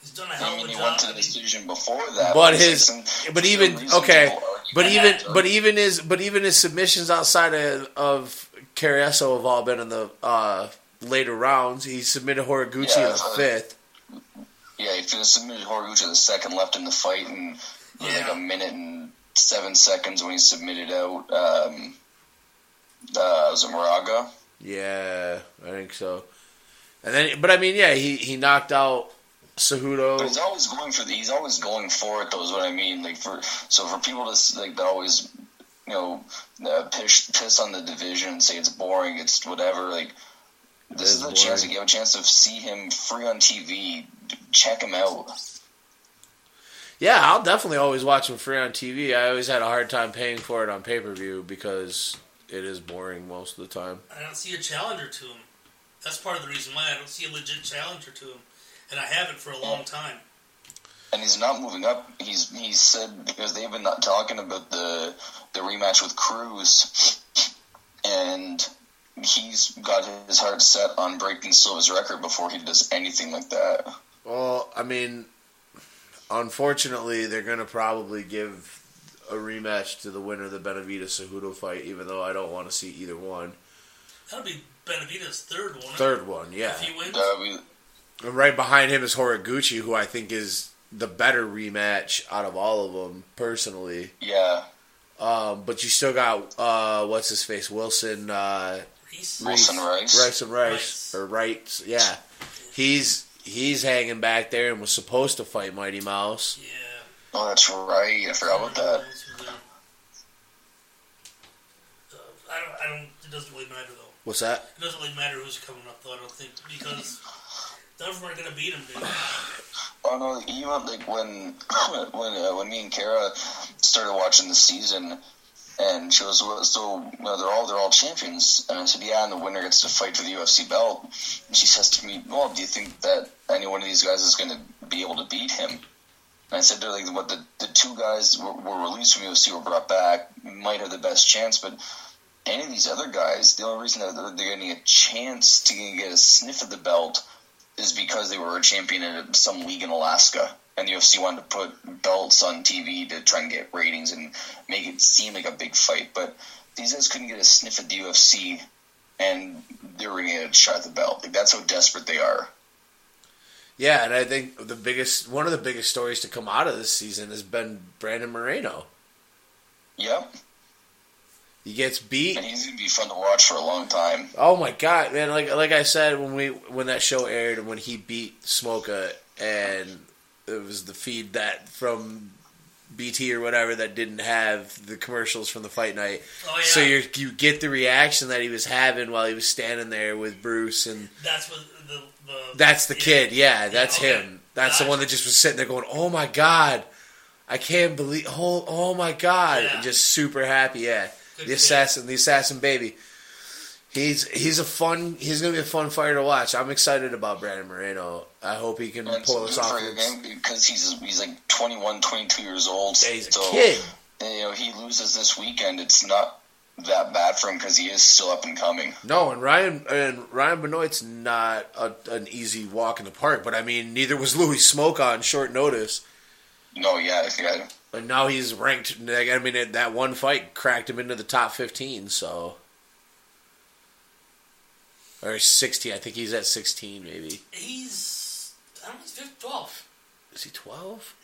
S3: He's done a
S2: I
S3: hell
S2: mean,
S3: of a
S2: he
S3: job.
S2: went to the
S3: and he-
S2: decision before that,
S1: But
S2: it's like
S1: his-
S2: some-
S1: but
S2: some
S1: even-
S2: reason
S1: okay,
S2: people argue
S1: But
S2: that
S1: even
S2: that-
S1: but even his but even his submissions outside of of Carrieso have all been in the uh, later rounds. He submitted Horiguchi in
S2: Yeah,
S1: the
S2: uh,
S1: fifth. e-
S2: Yeah, he finished submitted Horiguchi the second left in the fight and was
S3: Yeah.
S2: like a minute and seven seconds when he submitted out um uh was it Moraga?
S1: Yeah, I think so. And then, but I mean, yeah, he he knocked out Cejudo.
S2: But he's always going for the, he's always going for it though is what I mean. Like for so for people to s- like that always you know uh, piss piss on the division and say it's boring, it's whatever, like this
S1: is
S2: is, the
S1: boring.
S2: chance to get a chance to see him free on TV. D- Check him out.
S1: Yeah, I'll definitely always watch them free on TV. I always had a hard time paying for it on pay per view because it is boring most of the time.
S3: I don't see a challenger to him. That's part of the reason why I don't see a legit challenger to him. And I haven't for a long time.
S2: and he's not moving up. He's he said because they've been not talking about the the rematch with Cruz, and he's got his heart set on breaking Silva's record before he does anything like that.
S1: Well, I mean, unfortunately, they're going to probably give a rematch to the winner of the Benavides Cejudo fight, even though I don't want to see either one.
S3: That'll be Benavidez' third one.
S1: Third one, yeah.
S3: If he wins,
S2: That would be
S1: And right behind him is Horiguchi, who I think is the better rematch out of all of them, personally.
S2: yeah.
S1: Um, but you still got, uh, what's his face? Wilson, uh,
S3: Reese.
S2: Wilson Rice.
S1: Rice and Rice
S3: Rice.
S1: or Wrights, yeah. He's he's hanging back there and was supposed to fight Mighty Mouse.
S3: Yeah.
S2: Oh, that's right. I forgot about that.
S3: Uh, I don't, I don't, it doesn't really matter though.
S1: What's that?
S3: It doesn't really matter who's coming up though, I don't think, because none of them are going to beat him, dude.
S2: Oh no! Even like when when uh, when me and Kara started watching the season, and she was "Well, so you know, they're all they're all champions, and I said yeah, and the winner gets to fight for the UFC belt. And she says to me, well, do you think that any one of these guys is going to be able to beat him? And I said to her, like what the the two guys were, were released from UFC were brought back might have the best chance, but. Any of these other guys, the only reason that they're they're getting a chance to get a sniff at the belt is because they were a champion at some league in Alaska, and the UFC wanted to put belts on TV to try and get ratings and make it seem like a big fight. But these guys couldn't get a sniff at the UFC, and they were going to get a shot at the belt. Like that's how desperate they are.
S1: Yeah, and I think the biggest one of the biggest stories to come out of this season has been Brandon Moreno.
S2: Yep,
S1: He gets beat.
S2: and he's going to be fun to watch for a long time.
S1: Oh my god, man! Like like I said when we when that show aired when he beat Smoka and it was the feed that from BT or whatever that didn't have the commercials from the fight night.
S3: Oh, yeah.
S1: So you you get the reaction that he was having while he was standing there with Bruce, and
S3: That's what the. the
S1: that's the
S3: yeah.
S1: kid. Yeah, that's
S3: okay.
S1: him. That's the
S3: God.
S1: one that just was sitting there going, "Oh my god, I can't believe! Oh, oh my god!"
S3: Yeah.
S1: And just super happy. Yeah,
S3: Good
S1: the
S3: kid.
S1: assassin, the assassin baby. He's he's a fun. He's gonna be a fun fighter to watch. I'm excited about Brandon Moreno. I hope he can
S2: And
S1: pull
S2: it's
S1: us
S2: good
S1: off.
S2: for him because he's he's like 21, 22 years old.
S1: Yeah, he's a
S2: so
S1: kid.
S2: you know he loses this weekend. It's not that bad for him because he is still up and coming.
S1: No, and Ryan and Ryan Benoit's not a, an easy walk in the park. But I mean, neither was Louis Smoke on short notice.
S2: No, yeah, yeah.
S1: And now he's ranked. I mean, that one fight cracked him into the top 15, so. Or 16. I think he's at 16, maybe.
S3: He's I don't know, he's 15, 12.
S1: Is he 12?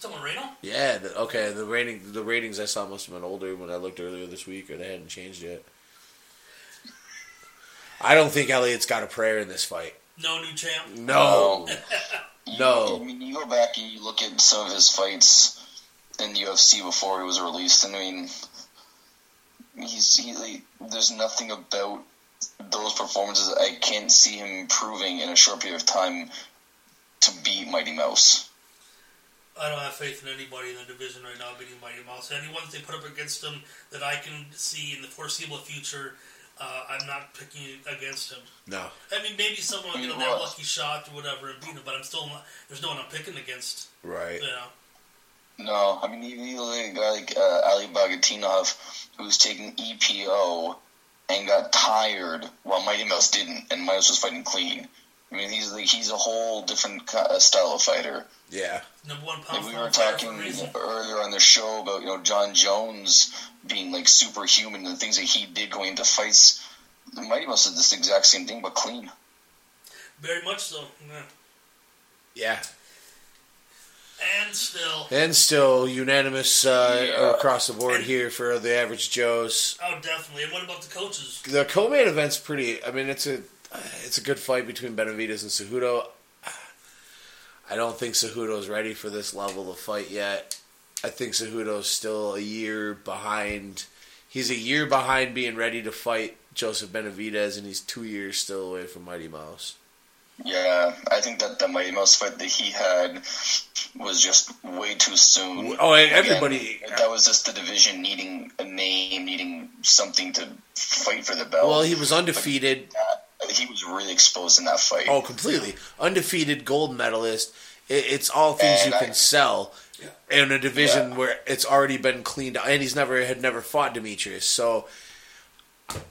S3: Someone Reno?
S1: Yeah, the, okay. The rating, the ratings I saw must have been older when I looked earlier this week, or they hadn't changed yet. I don't think Elliott's got a prayer in this fight.
S3: No new champ.
S1: No.
S2: You-
S1: No.
S2: I mean, you go back and you look at some of his fights in the UFC before he was released, and I mean, he's he, like, there's nothing about those performances I can't see him improving in a short period of time to beat Mighty Mouse.
S3: I don't have faith in anybody in the division right now beating Mighty Mouse. Anyone that they put up against him that I can see in the foreseeable future, uh, I'm not picking against him.
S1: No.
S3: I mean, maybe someone will get
S2: He
S3: on that
S2: was.
S3: lucky shot or whatever and beat him, but I'm still not, there's no one I'm picking against.
S1: Right.
S3: You know,
S2: No, I mean even you look at a guy like uh, Ali Bagatinov, who's taking EPO and got tired while Mighty Mouse didn't, and Mighty Mouse was fighting clean. I mean, he's like, he's a whole different ki- uh, style of fighter.
S1: Yeah.
S3: number one
S2: Like Um,
S3: pound
S2: we
S3: for
S2: were
S3: a fighter
S2: talking
S3: for a reason.
S2: earlier on the show about you know John Jones being like superhuman and the things that he did going into fights. Mighty Mouse did this exact same thing but clean.
S3: Very much so. Yeah.
S1: Yeah.
S3: And still
S1: And still unanimous uh,
S2: Yeah.
S1: across the board here for the average Joes.
S3: Oh, definitely. And what about the coaches?
S1: The co-main event's pretty. I mean, it's a it's a good fight between Benavides and Cejudo. I don't think Cejudo's ready for this level of fight yet. I think Cejudo's still a year behind. He's a year behind being ready to fight Joseph Benavides, and he's two years still away from Mighty Mouse.
S2: Yeah, I think that the Mighty Mouse fight that he had was just way too soon.
S1: Oh, and everybody.
S2: Again, that was just the division needing a name, needing something to fight for the belt.
S1: Well, he was undefeated.
S2: he was really exposed in that fight.
S1: Oh, completely undefeated gold medalist. It, it's all things you
S2: And I-
S1: can sell in a division
S2: Yeah.
S1: where it's already been cleaned out, and he's never had never fought Demetrius. So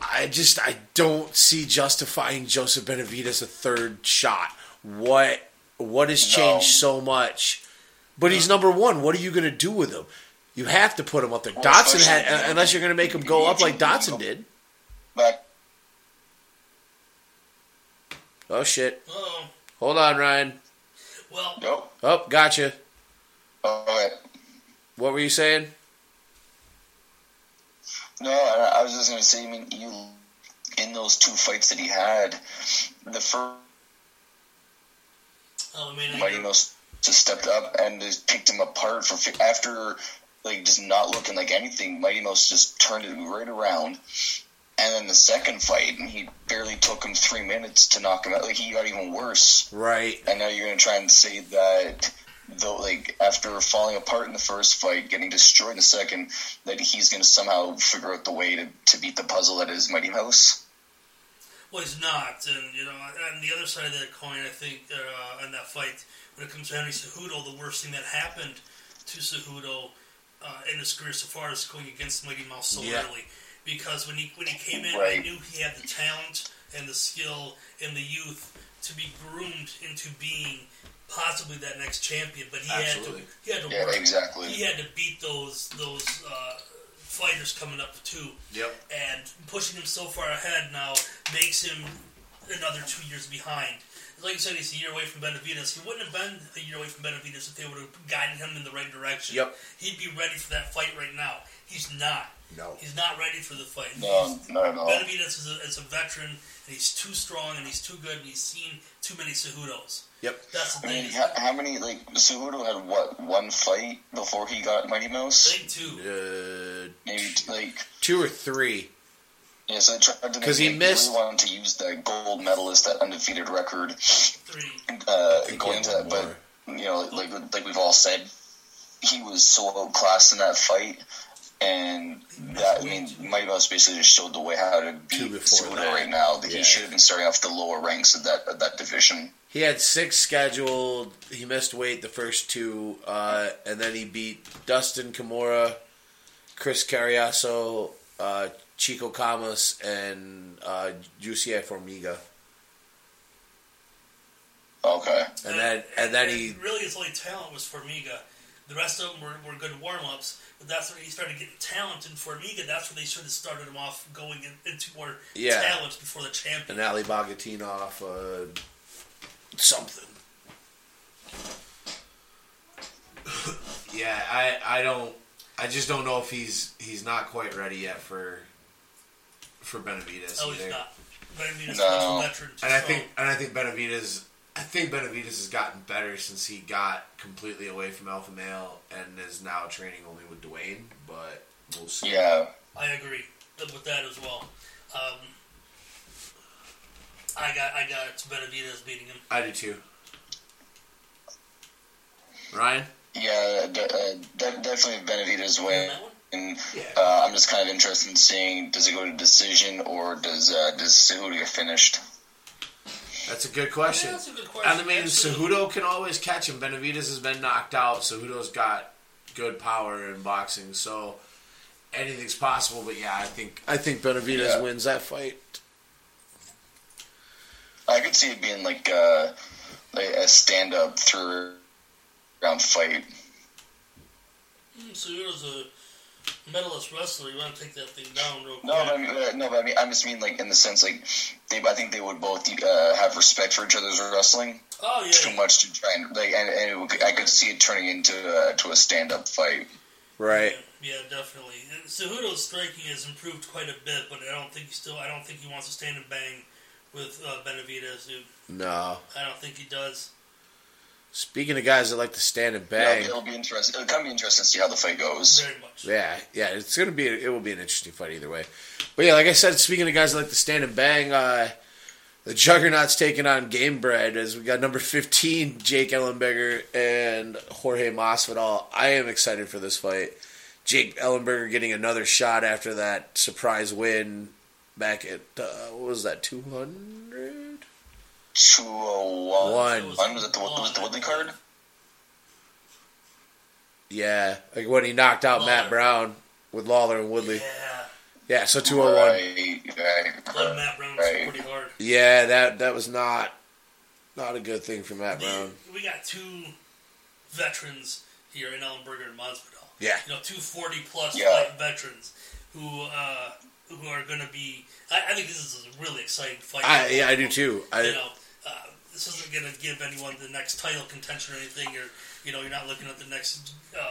S1: I just I don't see justifying Joseph Benavides a third shot. What what has changed so much? But he's number one. What are you going to do with him? You have to put him up there.
S2: Well,
S1: Dotson
S2: especially
S1: had, uh,
S2: if you-
S1: unless you're going to make him go up like
S2: if you-
S1: Dotson did.
S2: Back,
S1: Oh shit!
S3: Oh,
S1: Hold on, Ryan.
S3: well,
S2: no,
S1: Oh, gotcha.
S2: all right.
S1: What were you saying?
S2: No, I, I was just gonna say. I mean, you in those two fights that he had, the first
S3: oh, I mean,
S2: Mighty Mouse just stepped up and just picked him apart for fi- after like just not looking like anything. Mighty Mouse just turned it right around. And then the second fight, and he barely took him three minutes to knock him out. Like he got even worse.
S1: Right.
S2: I know you're gonna try and say that though like after falling apart in the first fight, getting destroyed in the second, that he's gonna somehow figure out the way to, to beat the puzzle that is Mighty Mouse.
S3: Well, he's not, and you know, on the other side of that coin, I think uh, in that fight, when it comes to Henry Cejudo, the worst thing that happened to Cejudo uh, in his career so far is going against Mighty Mouse so
S1: Yeah.
S3: early, because when he when he came in, I
S2: Right.
S3: knew he had the talent and the skill and the youth to be groomed into being possibly that next champion, but he
S1: Absolutely.
S3: had to he had to
S2: Yeah,
S3: work.
S2: exactly.
S3: He had to beat those those uh, fighters coming up too
S1: Yep.
S3: and pushing him so far ahead now makes him another two years behind. Like you said, he's a year away from Benavides. He wouldn't have been a year away from Benavides if they would have guided him in the right direction.
S1: Yep.
S3: He'd be ready for that fight right now. He's not.
S1: No.
S3: He's not ready for the fight.
S2: No, not at all.
S3: Benavides is a, is a veteran, and he's too strong, and he's too good, and he's seen too many Cejudos.
S1: Yep.
S3: That's the
S2: I
S3: thing.
S2: mean, how, how many like Cejudo had what one fight before he got Mighty Mouse?
S3: Thing too.
S1: Uh,
S2: Maybe like
S1: two or three.
S2: yeah, so they tried to
S1: 'Cause he
S2: they
S1: missed-
S2: Really wanted to use that gold medalist, that undefeated record,
S3: Three.
S2: uh,
S1: I think he
S2: going
S1: had
S2: to that,
S1: one
S2: but
S1: more.
S2: you know, like like we've all said, he was so outclassed in that fight, and that I mean, Mighty Mouse basically just showed the way how to beat
S1: before
S2: Cejudo
S1: that.
S2: right now. That
S1: Yeah.
S2: he should have been starting off the lower ranks of that of that division.
S1: He had six scheduled. He missed weight the first two, uh, and then he beat Dustin Kimura, Chris Carriasso, uh, Chico Camas, and uh, Juicy Formiga.
S2: Okay,
S3: Uh,
S1: And then, and then he
S3: really his only talent was Formiga. The rest of them were, were good warm ups, but that's when he started getting talent in Formiga. That's when they should have started him off going in, into more
S1: Yeah.
S3: talent before the
S1: and
S3: champion.
S1: Ali Bogatinov, uh, something. yeah, I I don't I just don't know if he's he's not quite ready yet for for Benavides
S3: Oh,
S1: either.
S3: he's not. But I mean, he's
S2: No.
S3: a veteran.
S1: And I
S3: so-
S1: think and I think Benavides I think Benavides has gotten better since he got completely away from Alpha Male and is now training only with Dwayne, but we'll see.
S2: yeah,
S3: I agree with that as well. Um, I got I got Benavidez beating him.
S1: I do too. Ryan?
S2: yeah, de- uh, de- definitely Benavidez
S3: On
S2: win.
S3: that one?
S2: And
S1: Yeah.
S2: uh, I'm just kind of interested in seeing does it go to decision or does uh, does Cejudo get finished?
S1: That's a good
S3: Yeah,
S1: question.
S3: that's a good question.
S1: And I mean,
S3: Absolutely.
S1: Cejudo can always catch him. Benavides has been knocked out. Cejudo's got good power in boxing, so anything's possible. But yeah, I think I think Benavides
S2: Yeah.
S1: wins that fight.
S2: I could see it being like a, like a stand up through round fight.
S3: Mm, Cejudo's a medalist wrestler. You want to take that thing down real quick?
S2: No, but I mean, uh, no, but I mean, I just mean like in the sense like they, I think they would both uh, have respect for each other's wrestling
S3: oh yeah.
S2: too much to try and like, and, and it would, I could see it turning into uh, to a stand up fight.
S1: Right.
S3: Yeah, yeah, definitely. And Cejudo's striking has improved quite a bit, but I don't think he still. I don't think he wants to stand and bang with uh, Benavidez. Dude.
S1: No.
S3: I don't think he does.
S1: Speaking of guys that like to stand and
S2: Yeah,
S1: bang,
S2: it'll be interesting. It'll kind of be interesting to see how the fight goes.
S3: Very much.
S1: yeah, yeah, it's gonna be it will be an interesting fight either way. But yeah, like I said, speaking of guys that like to stand and bang, uh, the Juggernaut's taking on Game Bread as we got number fifteen Jake Ellenberger and Jorge Masvidal. I am excited for this fight. Jake Ellenberger getting another shot after that surprise win back at uh, what was that two hundred?
S2: Two oh one.
S1: One.
S2: One was it the, was it the Woodley card?
S1: Yeah, like when he knocked out
S3: Lawler.
S1: Matt Brown with Lawler and Woodley.
S3: Yeah,
S1: Yeah, so two hundred one.
S2: Right, right,
S3: let Matt Brown
S2: Right.
S3: pretty hard.
S1: Yeah, that that was not not a good thing for Matt
S3: Man,
S1: Brown.
S3: we got two veterans here in Ellenberger and Masvidal.
S1: Yeah.
S3: You know, two 40 plus
S2: Yeah.
S3: fight veterans who uh, who are going to be. I, I think this is a really exciting fight.
S1: I yeah, I do too.
S3: You
S1: I
S3: know, uh, this isn't going to give anyone the next title contention or anything. Or you know, you're not looking at the next uh,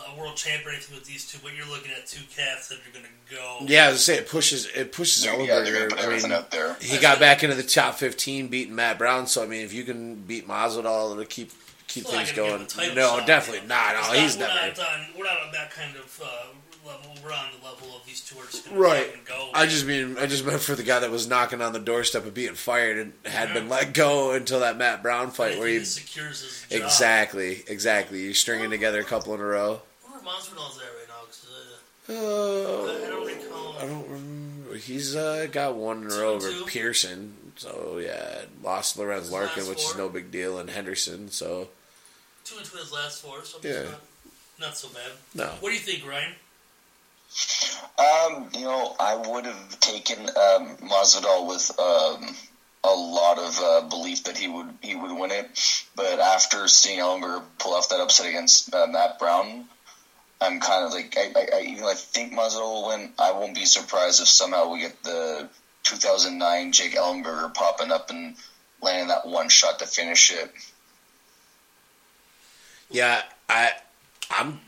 S3: uh, world champ or anything with these two, but you're looking at two cats that are going to go.
S1: yeah, I was gonna say it pushes it pushes
S2: Yeah, they're gonna
S1: Ellenberger.
S2: put
S1: I
S2: everything
S1: mean,
S2: out there.
S1: he got back into the top fifteen, beating Matt Brown. So I mean, if you can beat Masvidal to keep keep
S3: Still not
S1: things
S3: gonna give
S1: going,
S3: him a title
S1: no,
S3: shot,
S1: definitely
S3: you know.
S1: not.
S3: It's
S1: No, he's
S3: we're
S1: never.
S3: Not on, we're not on that kind of uh, level. We're on the level of these two are just going
S1: Right.
S3: to go.
S1: I just mean I just meant for the guy that was knocking on the doorstep of being fired and had been let go until that Matt Brown
S3: I
S1: fight
S3: think
S1: where he
S3: he secures his job.
S1: exactly exactly you're stringing together a couple in a row.
S3: Where are Masvidal's at right now? 'Cause, uh,
S1: Oh,
S3: I don't recall.
S1: I don't remember. He's uh, got one in a row over
S3: Two-two.
S1: Pearson. So, yeah. Lost Lorenz Larkin,
S3: last
S1: which is
S3: four.
S1: no big deal, and Henderson. So,
S3: two and two his last four, so
S1: Yeah.
S3: it's not, not so bad.
S1: no.
S3: What do you think, Ryan?
S2: Um, you know, I would have taken um, Masvidal with um, a lot of uh, belief that he would he would win it, but after seeing Ellenberger pull off that upset against uh, Matt Brown, I'm kind of like I, I, I even though I think Masvidal will win. I won't be surprised if somehow we get the 2009 Jake Ellenberger popping up and landing that one shot to finish it.
S1: Yeah, I, I'm,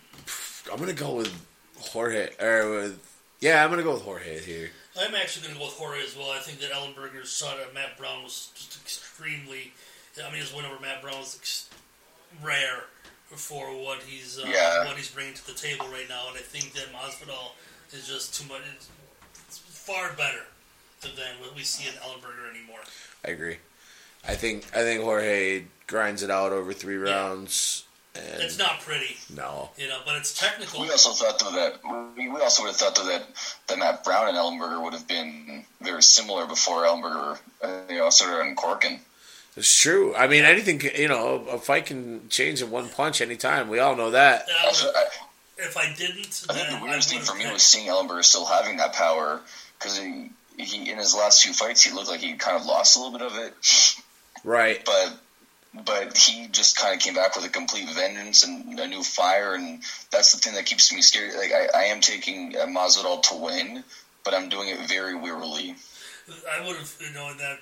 S1: I'm going to go with Jorge. Or with, yeah, I'm going to go with Jorge here.
S3: I'm actually going to go with Jorge as well. I think that Ellenberger's shot at uh, Matt Brown was just extremely. I mean, his win over Matt Brown was ex- rare for what he's uh,
S2: Yeah.
S3: what he's bringing to the table right now, and I think that Masvidal is just too much. It's, it's far better than what we see in Ellenberger anymore.
S1: I agree. I think I think Jorge grinds it out over three
S3: Yeah.
S1: rounds. And
S3: It's not pretty,
S1: no.
S3: you know, but it's technical.
S2: We also thought though that we we also would have thought though that that Matt Brown and Ellenberger would have been very similar before Ellenberger, uh, you know, started uncorking.
S1: It's true. I mean, anything can- you know, a fight can change in one punch anytime. We all know that.
S3: And I
S2: Also,
S3: would've-
S2: I,
S3: if I didn't,
S2: I
S3: then
S2: think the
S3: I
S2: weirdest thing
S3: would've
S2: for me
S3: picked-
S2: was seeing Ellenberger still having that power because he, he in his last two fights he looked like he kind of lost a little bit of it,
S1: Right.
S2: but but he just kind of came back with a complete vengeance and a new fire, and that's the thing that keeps me scared. Like I, I am taking uh, Masvidal to win, but I'm doing it very wearily.
S3: I would have, you know, in that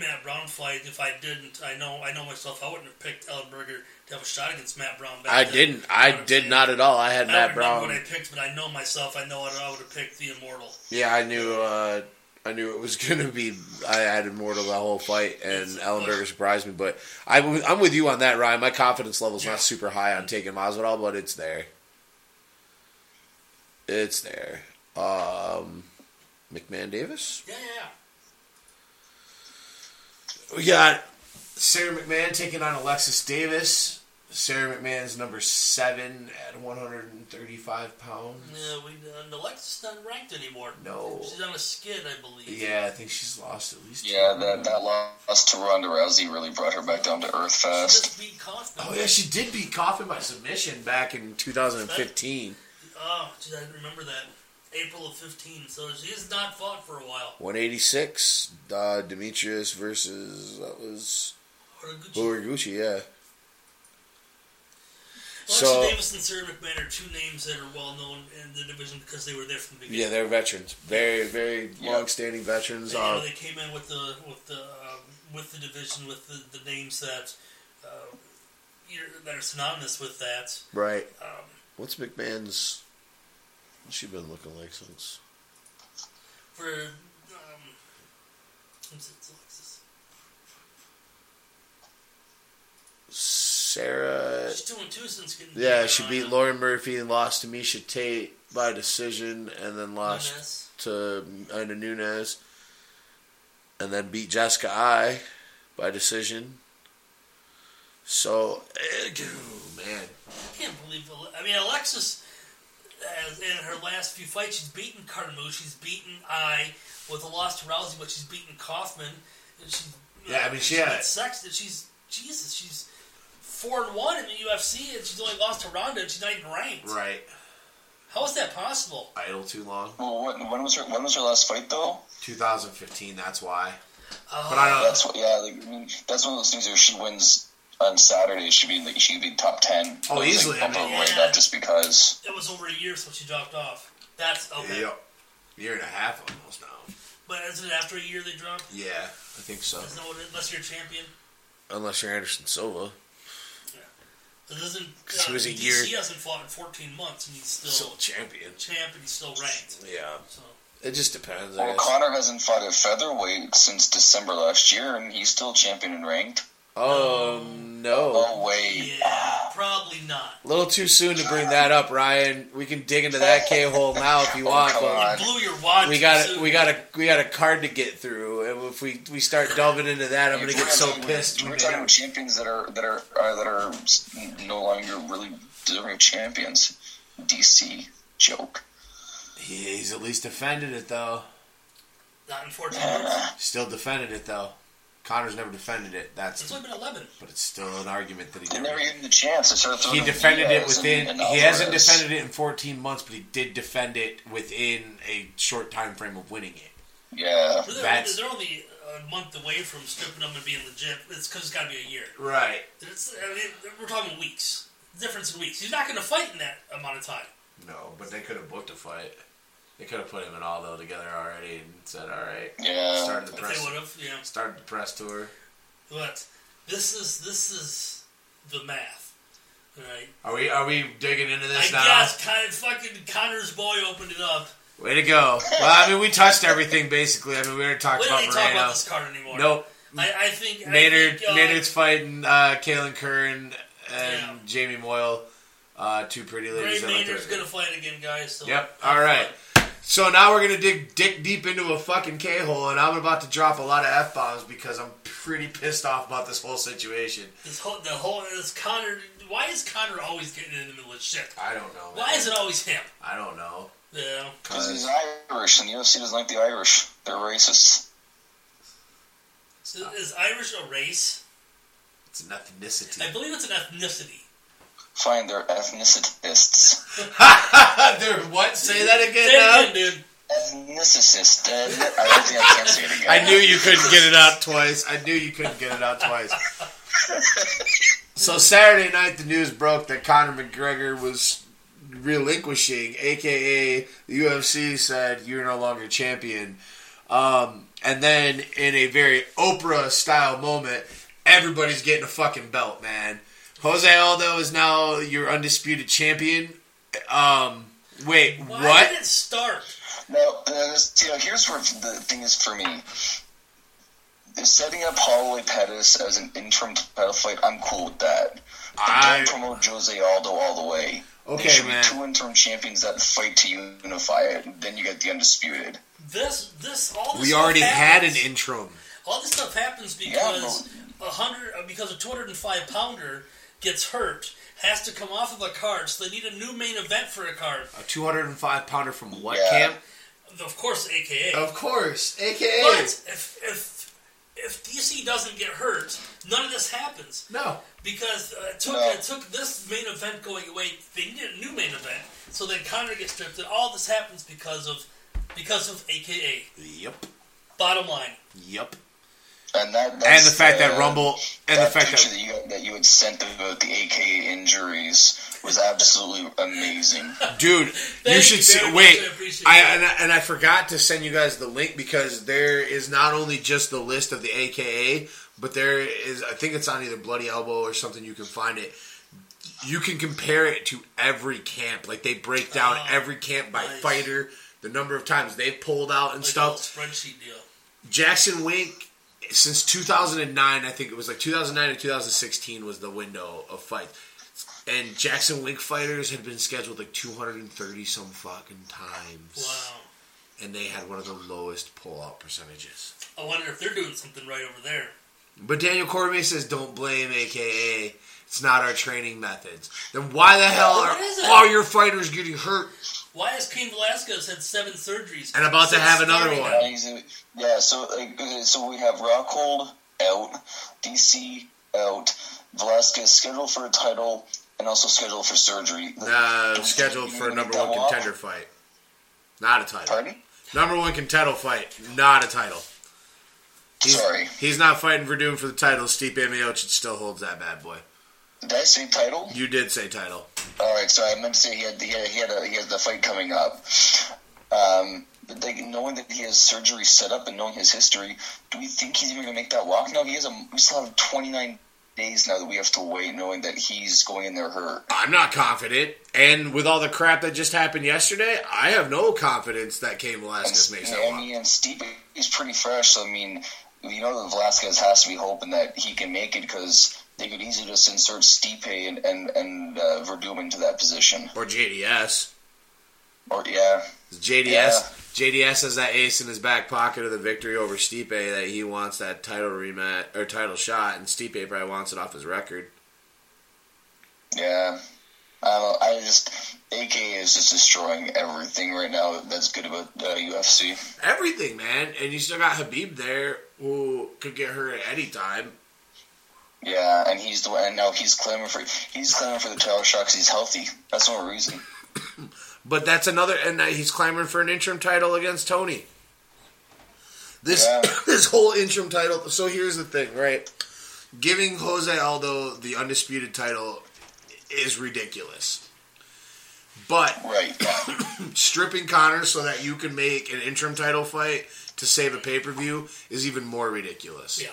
S3: Matt Brown fight. If I didn't, I know, I know myself. I wouldn't have picked Ellenberger to have a shot against Matt Brown. Back
S1: I
S3: then.
S1: didn't.
S3: You know
S1: I
S3: what I'm
S1: did
S3: saying?
S1: not at all. I had
S3: I
S1: Matt
S3: don't
S1: Brown.
S3: remember what I picked, but I know myself. I know what I would have picked. The immortal.
S1: Yeah, I knew. Uh, I knew it was gonna be. I had Immortal the whole fight, and
S3: It's a
S1: Ellenberger
S3: push.
S1: surprised me. But I, am with you on that, Ryan. My confidence level's
S3: Yeah.
S1: not super high on taking Masvidal, but it's there. It's there. Um, McMahon Davis.
S3: Yeah, yeah,
S1: We got Sarah McMahon taking on Alexis Davis. Sarah McMahon's number seven at 135 pounds.
S3: yeah. yeah we, uh, Alexa's not ranked anymore.
S1: No.
S3: She's on a skid, I believe.
S1: Yeah, I think she's lost at least. two
S2: Yeah, that,
S1: rounds.
S2: that loss to Ronda Rousey really brought her back down to earth
S3: She
S2: fast.
S3: just beat Kaufman.
S1: Oh yeah, she did beat Coffin by submission back in 2015.
S3: Oh, geez, I didn't remember that. April of 15, so she has not fought for a while.
S1: 186, uh, Demetrius versus that was
S3: What a good show.
S1: Horiguchi, yeah.
S3: Alexa
S1: So-
S3: Davis and Sarah McMahon are two names that are well known in the division because they were there from the beginning.
S1: Yeah, they're veterans, very very
S2: Yeah.
S1: long-standing veterans.
S3: They, you know,
S1: Uh,
S3: they came in with the with the um, with the division with the, the names that uh, you're, that are synonymous with that.
S1: right.
S3: Um,
S1: What's McMahon's? What's she been looking like since?
S3: for um, what's it, Alexis?
S1: Sarah.
S3: She's two and two since getting uh,
S1: Yeah,
S3: beat
S1: she
S3: on
S1: beat Lauren Murphy and lost to Misha Tate by decision, and then lost
S3: Nunes.
S1: to Ina Nunes, and then beat Jessica I by decision. So, eh, oh, man,
S3: I can't believe. Ale- I mean, Alexis has, in her last few fights, she's beaten Carmouche, she's beaten I with a loss to Rousey, but she's beaten Kaufman. And she,
S1: Yeah, I mean, she
S3: she's
S1: had-
S3: Sexton. She's Jesus. She's four and one in the UFC, and she's only lost to Ronda, and she's not even ranked.
S1: right?
S3: How is that possible?
S1: Idle too long.
S2: Well, what, when was her when was her last fight though?
S1: 2015. That's why.
S3: Uh,
S1: But I don't-
S2: That's what, yeah, like, I mean, that's one of those things where she wins on Saturday, she'd be like, she'd be top ten.
S1: Oh,
S2: Like,
S1: easily, I
S2: bump
S1: mean,
S2: her weight
S3: yeah.
S2: up just because.
S3: it was over a year since she dropped off. That's okay.
S1: Yep. Year and a half almost now.
S3: But is it after a year they dropped?
S1: Yeah, I think so.
S3: Isn't that what it- unless you're a champion?
S1: Unless you're Anderson Silva.
S3: It isn't. uh,
S1: 'Cause it was a
S3: DC
S1: year-
S3: hasn't fought in 14 months, and he's still,
S1: Still champion.
S3: champ, and he's still ranked.
S1: Yeah.
S3: So
S1: It just depends. I
S2: Well,
S1: guess.
S2: Connor hasn't fought at featherweight since December last year, and he's still champion and ranked.
S1: Oh, no.
S2: Oh wait,
S3: yeah, probably not.
S1: A little too soon to bring that up, Ryan. We can dig into that K hole now if you want,
S2: Oh, come
S1: but
S2: on.
S3: You blew your wad.
S1: we
S3: too
S1: got a,
S3: soon.
S1: we got a we got a card to get through, and if we we start delving into that, I'm gonna
S2: We're
S1: get so
S2: talking-
S1: pissed.
S2: We're talking about champions that are that are, are that are s- no longer really deserving of champions. DC joke.
S1: He's at least defended it though.
S3: not in 14 months.
S1: Still defended it though. Connor's never defended it. That's
S3: It's only been 11.
S1: but it's still an argument that
S2: They
S1: he
S2: never
S1: never.
S2: gave him the chance. They started throwing
S1: He
S2: him
S1: defended it
S2: Diaz and-
S1: within.
S2: and
S1: He hasn't
S2: Alvarez.
S1: defended it in 14 months, but he did defend it within a short time frame of winning it.
S2: Yeah.
S3: They're,
S1: That's-
S3: they're only a month away from stripping them and being legit. It's because it's got to be a year.
S1: Right.
S3: It's, I mean, we're talking weeks. Difference in weeks. He's not going to fight in that amount of time.
S1: No, but they could have booked a fight. They could have put him and Aldo together already and said, "All right,
S2: Yeah.
S1: Started the
S3: If
S1: Press.
S3: they would have, yeah.
S1: start the press tour."
S3: But this is this is the math, right?
S1: Are we are we digging into
S3: I
S1: this now?
S3: guess kind of fucking Connor's boy opened it up.
S1: Way to go! Well, I mean, we touched everything basically. I mean, we already talked
S3: We don't
S1: about
S3: need to talk about
S1: Moreno.
S3: this card anymore.
S1: Nope.
S3: I, I think I
S1: Maynard
S3: think, uh,
S1: Maynard's fighting uh, Kalen Kern and
S3: Yeah.
S1: Jamie Moyle. Uh, two pretty
S3: Ray
S1: ladies. I like
S3: Maynard's
S1: their-
S3: gonna fight again, guys. So
S1: Yep. All right. So now we're gonna dig dick deep into a fucking K hole, and I'm about to drop a lot of f bombs because I'm pretty pissed off about this whole situation.
S3: This whole, the whole, this Connor. Why is Connor always getting in the middle of shit?
S1: I don't know.
S3: Why is it always him?
S1: I don't know.
S3: Yeah,
S2: Because he's
S1: Cause
S2: Irish, and the UFC doesn't like the Irish. They're racist.
S3: so is Irish a race?
S1: it's an ethnicity.
S3: I believe it's an ethnicity.
S2: Fine, they're ethnicists.
S1: there, what? Say that again.
S3: Say it
S1: now?
S3: again, dude.
S2: Ethnicists. I don't think I can say it again.
S1: I knew you couldn't get it out twice. I knew you couldn't get it out twice. So Saturday night, the news broke that Conor McGregor was relinquishing, aka the UFC said you're no longer champion. Um, and then in a very Oprah style moment, everybody's getting a fucking belt, man. Jose Aldo is now your undisputed champion. Um, wait,
S3: Why
S1: what?
S3: did it start?
S2: No, uh, this, you know, here's where the thing is for me. They're setting up Holloway Pettis as an interim title fight, I'm cool with that. But
S1: I-
S2: don't promote Jose Aldo all the way.
S1: Okay,
S2: there should
S1: man.
S2: be two interim champions that fight to unify it. and Then you get the undisputed.
S3: This, this, all this.
S1: We
S3: stuff
S1: already had an
S3: happens.
S1: interim.
S3: All this stuff happens because a hundred, uh, because a two hundred and five pounder gets hurt, has to come off of a card, so they need a new main event for a card.
S1: A 205 pounder from what
S2: Yeah.
S1: camp?
S3: Of course, AKA.
S1: Of course, aka.
S3: But if if if DC doesn't get hurt, none of this happens
S1: No,
S3: because uh, it took
S2: No.
S3: it took this main event going away. They need a new main event, so then Connor gets stripped, and all this happens because of because of AKA.
S1: Yep.
S3: Bottom line,
S1: Yep.
S2: And that
S1: And
S2: that's
S1: the fact that
S2: uh,
S1: Rumble and the
S2: that
S1: fact
S2: picture
S1: that
S2: that you that you had sent about the AKA injuries was absolutely amazing.
S1: dude,
S3: Thank
S1: you
S3: you
S1: should
S3: very
S1: see.
S3: much,
S1: Wait,
S3: I appreciate
S1: I
S3: that.
S1: and, I and I forgot to send you guys the link because there is not only just the list of the AKA, but there is. I think it's on either Bloody Elbow or something. You can find it. You can compare it to every camp. Like they break down
S3: Oh,
S1: every camp by
S3: nice.
S1: fighter, the number of times they pulled out and
S3: like a
S1: stuff.
S3: spreadsheet deal.
S1: Jackson Wink since 2009, I think it was like 2009 and 2016 was the window of fights. And Jackson Wink fighters had been scheduled like 230 some fucking times.
S3: Wow.
S1: And they had one of the lowest pullout percentages.
S3: I wonder if they're doing something right over there.
S1: But Daniel Cormier says, don't blame AKA. It's not our training methods. Then why the hell are
S3: What is it?
S1: all your fighters getting hurt?
S3: Why has Cain Velasquez had seven surgeries
S1: And about to
S3: since
S1: have another
S3: starting
S1: one.
S3: it?
S2: Amazing. Yeah, so like, okay, so we have Rockhold out, DC out, Velasquez scheduled for a title, and also scheduled for surgery.
S1: Uh, scheduled for a number one contender fight. Not a title.
S2: Pardon?
S1: Number one contender fight, not a title. He's,
S2: Sorry,
S1: He's not fighting Verdun for the title. Stipe Miocic still holds that bad boy.
S2: did I say title?
S1: You did say title.
S2: All right, sorry. I meant to say he had he had he had, a, he had the fight coming up. Um, but like knowing that he has surgery set up and knowing his history, do we think he's even going to make that walk? No, he has a. We still have twenty nine days now that we have to wait, knowing that he's going in there hurt.
S1: I'm not confident. And with all the crap that just happened yesterday, I have no confidence that Cain Velasquez makes that
S2: I
S1: one.
S2: mean, and Stipe is pretty fresh, so I mean, you know that Velasquez has to be hoping that he can make it because they could easily just insert Stipe and and, and uh, Verdum into that position.
S1: Or JDS.
S2: Or yeah,
S1: JDS.
S2: Yeah.
S1: JDS has that ace in his back pocket of the victory over Stipe that he wants that title rematch or title shot, and Stipe probably wants it off his record.
S2: yeah. I don't know, I just AK is just destroying everything right now that's good about uh, UFC.
S1: Everything, man. And you still got Habib there, who could get hurt at any time.
S2: Yeah, and he's the one. And now he's claiming for he's claiming for the title shot 'cause he's healthy. That's the only reason.
S1: But that's another, and that he's clamoring for an interim title against Tony. This
S2: Yeah.
S1: this whole interim title. So here's the thing, right? Giving Jose Aldo the undisputed title is ridiculous. But
S2: Right. Yeah.
S1: stripping Connor so that you can make an interim title fight to save a pay per view is even more ridiculous.
S3: Yeah.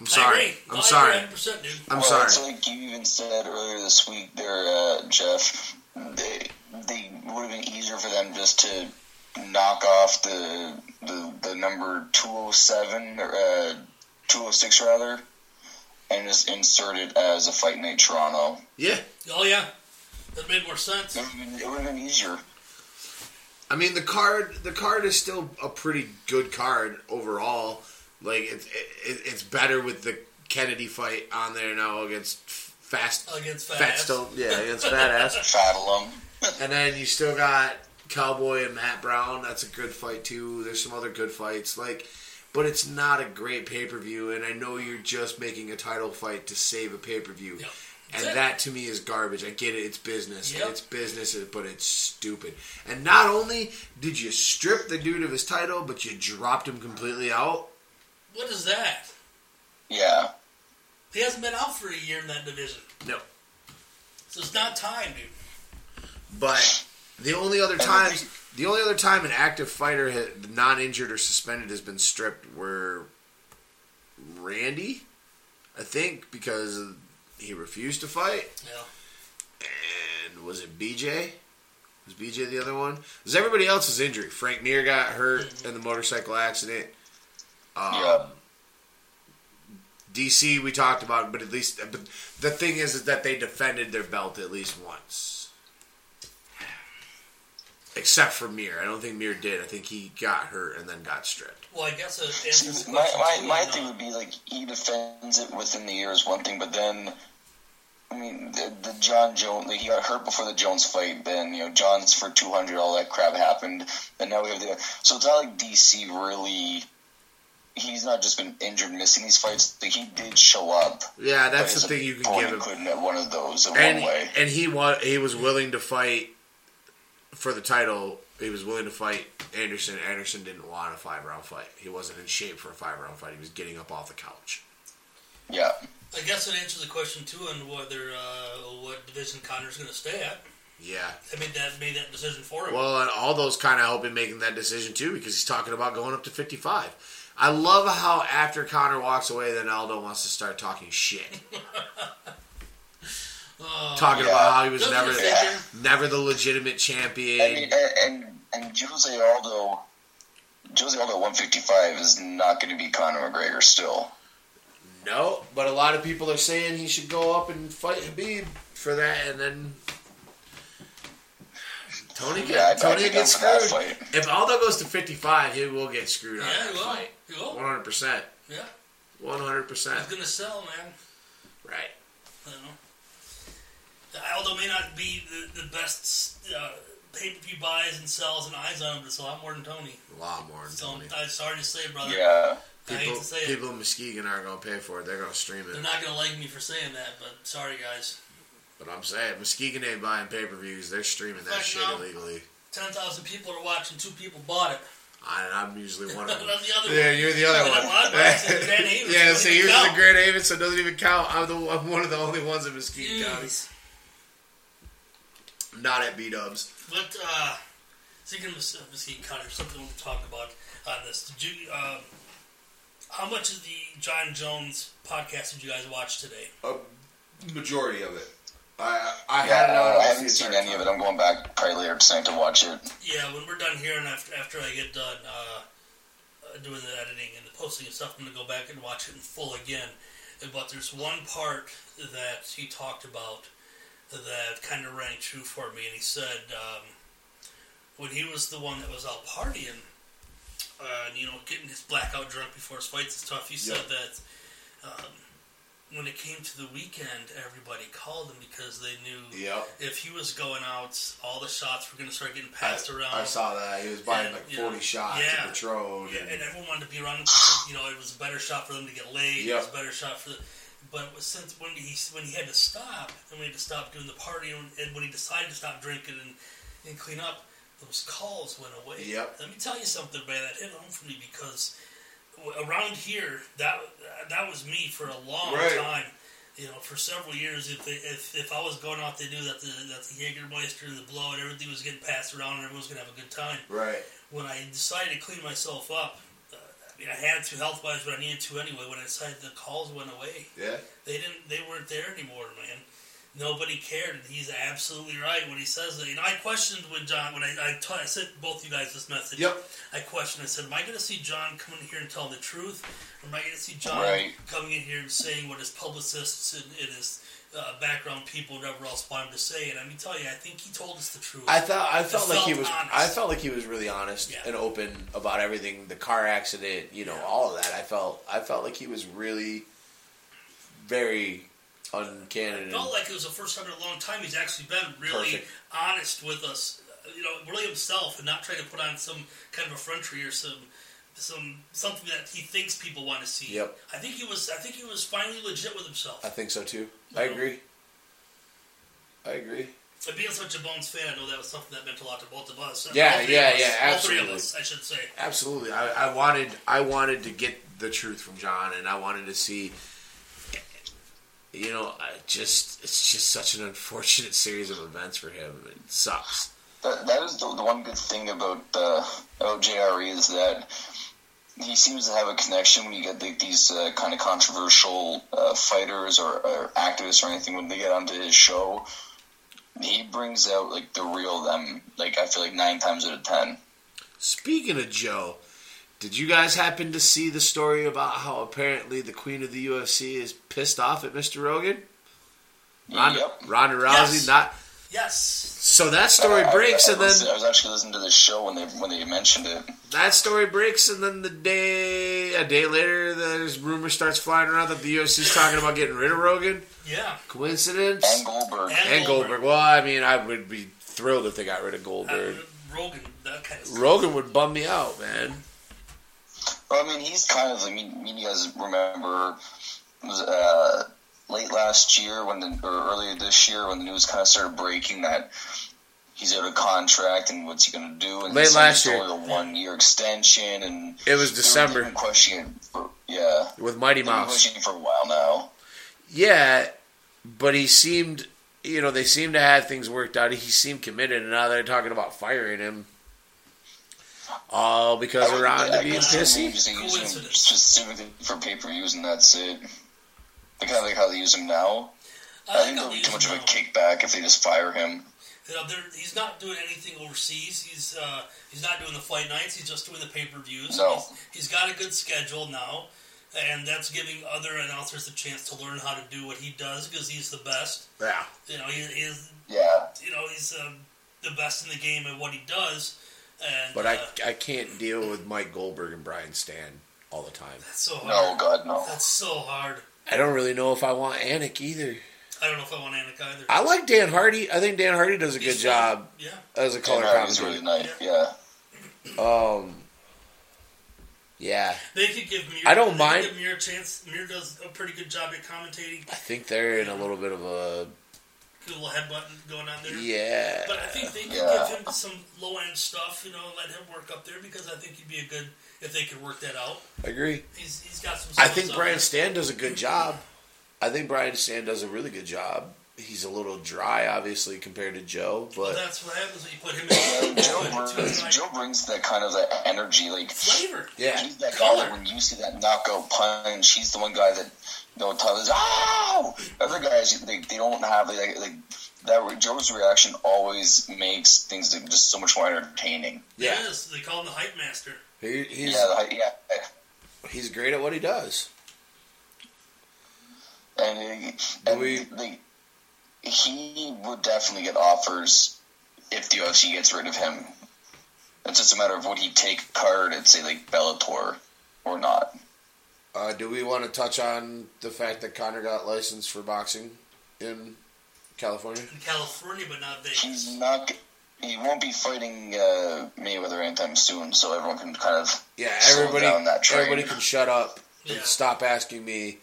S1: I'm
S3: I
S1: sorry.
S3: agree.
S1: I'm
S3: I
S1: sorry.
S3: Agree 100%, dude.
S1: I'm
S2: well,
S1: sorry.
S2: It's like you even said earlier this week, there, uh, Jeff. They they would have been easier for them just to knock off the the, the number two hundred seven or uh, two hundred six rather, and just insert it as a fight night Toronto.
S1: Yeah.
S3: Oh yeah, that made more sense.
S2: It would have been, it would have been easier.
S1: I mean, the card the card is still a pretty good card overall. Like it's it, it's better with the Kennedy fight on there now against Fast
S3: Against Fat
S1: Fat
S3: Ass.
S1: Stone- yeah against Fat Ass,
S2: Fatalum.
S1: and then you still got Cowboy and Matt Brown. That's a good fight too. There's some other good fights like. But it's not a great pay per view, and I know you're just making a title fight to save a pay per view.
S3: Yep.
S1: And
S3: That's it.
S1: that to me is garbage. I get it; it's business.
S3: Yep.
S1: It's business, but it's stupid. And not only did you strip the dude of his title, but you dropped him completely out.
S3: What is that?
S2: Yeah.
S3: He hasn't been out for a year in that division,
S1: No,
S3: so it's not time, dude.
S1: but the only other times, the only other time an active fighter had non-injured or suspended has been stripped were Randy, I think, because he refused to fight.
S3: Yeah.
S1: and was it BJ? Was BJ the other one? Because everybody else is injured. Frank Neer got hurt in the motorcycle accident. Um,
S2: Yeah.
S1: DC we talked about, but at least but the thing is, is that they defended their belt at least once. Except for Mir. I don't think Mir did. I think he got hurt and then got stripped.
S3: Well, I guess it
S2: See,
S3: answers the
S2: my, my,
S3: question, too,
S2: my
S3: you know.
S2: thing would be like he defends it within the year is one thing, but then I mean the, the John Jones like, he got hurt before the Jones fight. Then you know John's for two hundred, all that crap happened, and now we have the so it's not like DC really. He's not just been injured, missing these fights. Like he did show up.
S1: Yeah,
S2: but
S1: that's
S2: his
S1: the thing you can
S2: opponent
S1: give him.
S2: Couldn't at one of those in
S1: and,
S2: one way.
S1: and he wa- he was willing to fight for the title. He was willing to fight Anderson. Anderson didn't want a five round fight. He wasn't in shape for a five round fight. He was getting up off the couch.
S2: Yeah,
S3: I guess it answers the question too on whether uh, what division Connor's going to stay at.
S1: Yeah.
S3: I made that made that decision for him.
S1: Well, and all those kind of help in making that decision too, because he's talking about going up to fifty five. I love how after Connor walks away, then Aldo wants to start talking shit,
S3: Uh,
S1: talking
S2: Yeah.
S1: about how he was
S3: doesn't
S1: never
S3: it
S2: Yeah.
S3: figure?
S1: never the legitimate champion.
S2: I mean, and and, and Jose Aldo, Jose Aldo, one fifty five is not going to be Conor McGregor still.
S1: No, but a lot of people are saying he should go up and fight Habib for that, and then Tony get,
S2: Yeah, I'd- I'd
S1: Tony
S2: be
S1: gets
S2: down for that
S1: screwed.
S2: fight.
S1: If Aldo goes to fifty five, he will get screwed on
S3: Yeah,
S1: that
S3: he will.
S1: fight.
S3: He will.
S1: One hundred percent.
S3: Yeah,
S1: One hundred percent.
S3: he's going to sell, man.
S1: Right.
S3: You know, Aldo may not be the, the best uh, pay per view buys and sells and eyes on him, but it's a lot more than Tony.
S1: A lot more than
S3: So
S1: Tony.
S3: I'm, I'm sorry to say, brother.
S2: Yeah.
S3: I hate
S1: People,
S3: to say it.
S1: people in Muskegon aren't going to pay for it. They're going to stream
S3: They're
S1: it.
S3: not going to like me for saying that, but sorry, guys.
S1: But I'm saying Muskegon ain't buying pay per views. They're streaming that
S3: Fuck
S1: shit
S3: no.
S1: illegally.
S3: 10,000 people are watching, two people bought it.
S1: I, I'm usually one of them.
S3: I'm the other
S1: Yeah,
S3: one.
S1: you're the other
S3: I'm
S1: one.
S3: the wild man, so Grand Haven
S1: yeah,
S3: doesn't
S1: so
S3: even
S1: yours is
S3: count.
S1: a Grand Haven, so it doesn't even count. I'm, the, I'm one of the only ones in Mesquite County.
S3: Jeez.
S1: Not at B Dubs.
S3: But, uh, speaking of Mes- uh, Mesquite County, there's something we'll talk about on this. Did you, um, how much of the John Jones podcast did you guys watch today?
S1: Majority of it. I, I
S2: Yeah,
S1: had it on.
S2: I haven't seen any of it. I'm going back probably later tonight to watch it.
S3: Yeah, when we're done here and after, after I get done uh, uh, doing the editing and the posting and stuff, I'm going to go back and watch it in full again. But there's one part that he talked about that kind of rang true for me, and he said um, when he was the one that was out partying, uh, and, you know, getting his blackout drunk before his fights and stuff, he said that um, when it came to the weekend, everybody called him because they knew
S1: Yep.
S3: if he was going out, all the shots were going to start getting passed around.
S1: I saw that. He was buying
S3: And,
S1: like
S3: you
S1: 40
S3: know,
S1: shots
S3: yeah.
S1: to Patron.
S3: yeah,
S1: and-
S3: and everyone wanted to be around. him 'cause, You know, it was a better shot for them to get laid. It was a
S1: Yeah.
S3: better shot for. The, but it was since when he when he had to stop and when he had to stop doing the party and, and when he decided to stop drinking and, and clean up, those calls went away.
S1: Yep.
S3: Let me tell you something, man. That hit home for me because w- around here, that that was me for a long
S1: Right.
S3: time. You know, for several years, if, they, if if I was going out, they knew that the that the Jägermeister, the blow, and everything was getting passed around, and everyone was gonna have a good time
S1: Right.
S3: when I decided to clean myself up, uh, I mean, I had to health wise, but I needed to anyway. When I decided the calls went away,
S1: Yeah.
S3: they didn't, they weren't there anymore, man. Nobody cared, and he's absolutely right when he says that. You know, I questioned when John, when I I t- I sent both you guys this message.
S1: Yep.
S3: I questioned. I said, "Am I going to see John coming here and telling the truth, or am I going to see John
S2: Right.
S3: coming in here and saying what his publicists and, and his uh, background people, whatever else, want him to say?" And I mean, tell you, I think he told us the truth.
S1: I thought I felt like he
S3: felt
S1: was.
S3: honest.
S1: I felt like he was really honest
S3: Yeah.
S1: and open about everything. The car accident, you know,
S3: Yeah.
S1: all of that. I felt. I felt like he was really very uncandid. and-
S3: felt like it was the first time in a long time he's actually been really
S1: Perfect.
S3: honest with us, you know, really himself, and not trying to put on some kind of effrontery or some some something that he thinks people want to see.
S1: Yep.
S3: I think he was. I think he was finally legit with himself.
S1: I think so too. I
S3: No.
S1: agree. I agree.
S3: And being such a Bones fan, I know that was something that meant a lot to both of us.
S1: Yeah,
S3: All three
S1: yeah,
S3: of us.
S1: yeah,
S3: All three of
S1: absolutely.
S3: us, I should say.
S1: Absolutely. I, I wanted. I wanted to get the truth from John, and I wanted to see. You know, I just it's just such an unfortunate series of events for him. It sucks.
S2: That, that is the, the one good thing about uh, OJRE E is that he seems to have a connection when you get like, these uh, kind of controversial uh, fighters or, or activists or anything. When they get onto his show, he brings out like the real them. Like I feel like nine times out of ten.
S1: Speaking of Joe, did you guys happen to see the story about how apparently the queen of the UFC is pissed off at Mr. Rogan? Ronda,
S2: Yep.
S1: Ronda Rousey
S3: Yes.
S1: not.
S3: Yes.
S1: So that story
S2: I- I-
S1: breaks,
S2: I
S1: and then
S2: listened- I was actually listening to this show when they when they mentioned it.
S1: that story breaks, and then the day a day later, there's rumor starts flying around that the UFC is talking about getting rid of Rogan.
S3: Yeah.
S1: Coincidence?
S2: And Goldberg.
S3: And-
S1: And Goldberg. Well, I mean, I would be thrilled if they got rid of Goldberg.
S3: Uh, Rogan. That kind of stuff.
S1: Rogan would bum me out, man.
S2: Well, I mean, he's kind of. I mean, I mean, you guys remember it was, uh, late last year when the or earlier this year when the news kind of started breaking that he's out of contract and what's he going to do? And
S1: Late
S2: he said
S1: last
S2: it's
S1: year.
S2: only a one year extension and
S1: It was
S2: They've
S1: December
S2: been questioning it for, yeah,
S1: with Mighty
S2: they've been
S1: Mouse.
S2: questioning it for a while now.
S1: Yeah, but he seemed, you know, they seemed to have things worked out. He seemed committed, and now they're talking about firing him. All because of Ronda
S2: I
S1: being
S2: guess they
S1: pissy.
S2: Just use him
S3: Coincidence.
S2: specifically for pay per views and that's it. They kind of like how they use him now. I, think
S3: I'll
S2: there'll be
S3: use
S2: too much of a
S3: Rogan.
S2: kickback if they just fire him.
S3: You know, there- he's not doing anything overseas. He's uh, he's not doing the fight nights. He's just doing the pay per views.
S2: No.
S3: He's, he's got a good schedule now, and that's giving other announcers a chance to learn how to do what he does because he's the best.
S1: Yeah.
S3: You know, he he is
S2: Yeah.
S3: you know he's um, the best in the game at what he does. And
S1: But
S3: uh,
S1: I, I can't deal with Mike Goldberg and Brian Stan all the time.
S3: that's so hard.
S2: No, God, no.
S3: That's so hard.
S1: I don't really know if I want Anik either.
S3: I don't know if I want Anik either.
S1: I like Dan Hardy. I think Dan Hardy does a good
S3: He's-
S1: job
S3: Yeah,
S1: as a color
S2: Dan Hardy's really
S1: commentator.
S2: nice. Yeah.
S1: Um, yeah,
S3: they could give Mir.
S1: I don't
S3: they could
S1: mind-
S3: Give Mir a chance. Mir does a pretty good job at commentating.
S1: I think they're in a little bit of a
S3: Good little headbutt going on there.
S1: yeah.
S3: But I think they could
S2: Yeah.
S3: give him some low end stuff, you know, and let him work up there because I think he'd be a good if they could work that out.
S1: I agree.
S3: He's he's got some.
S1: I
S3: skills
S1: think
S3: up
S1: Brian
S3: there.
S1: Stan does a good job. I think Brian Stan does a really good job. He's a little dry, obviously, compared to Joe,
S3: Well,
S1: but
S3: that's what happens when you put him
S2: Joe
S3: in.
S2: brings, Joe brings that kind of that energy. Like
S3: flavor.
S1: yeah,
S2: he's that guy
S3: Color.
S2: that when you see that knockout punch, he's the one guy that you know tells oh. Other guys, they, they don't have like, like that. Re- Joe's reaction always makes things like, just so much more entertaining.
S1: yeah.
S3: Yes, they call him the hype master.
S1: He, he's
S2: yeah, like, yeah.
S1: he's great at what he does.
S2: And,
S1: Do
S2: and
S1: we-
S2: like, he would definitely get offers if the UFC gets rid of him. It's just a matter of would he take card at say like Bellator or not.
S1: Uh, do we want to touch on the fact that Connor got licensed for boxing in California?
S3: In California, but not Vegas.
S2: He's not. He won't be fighting uh, Mayweather anytime soon, so everyone can kind of.
S1: Yeah,
S2: Slow
S1: everybody,
S2: down that train.
S1: everybody can shut up and
S3: Yeah.
S1: stop asking me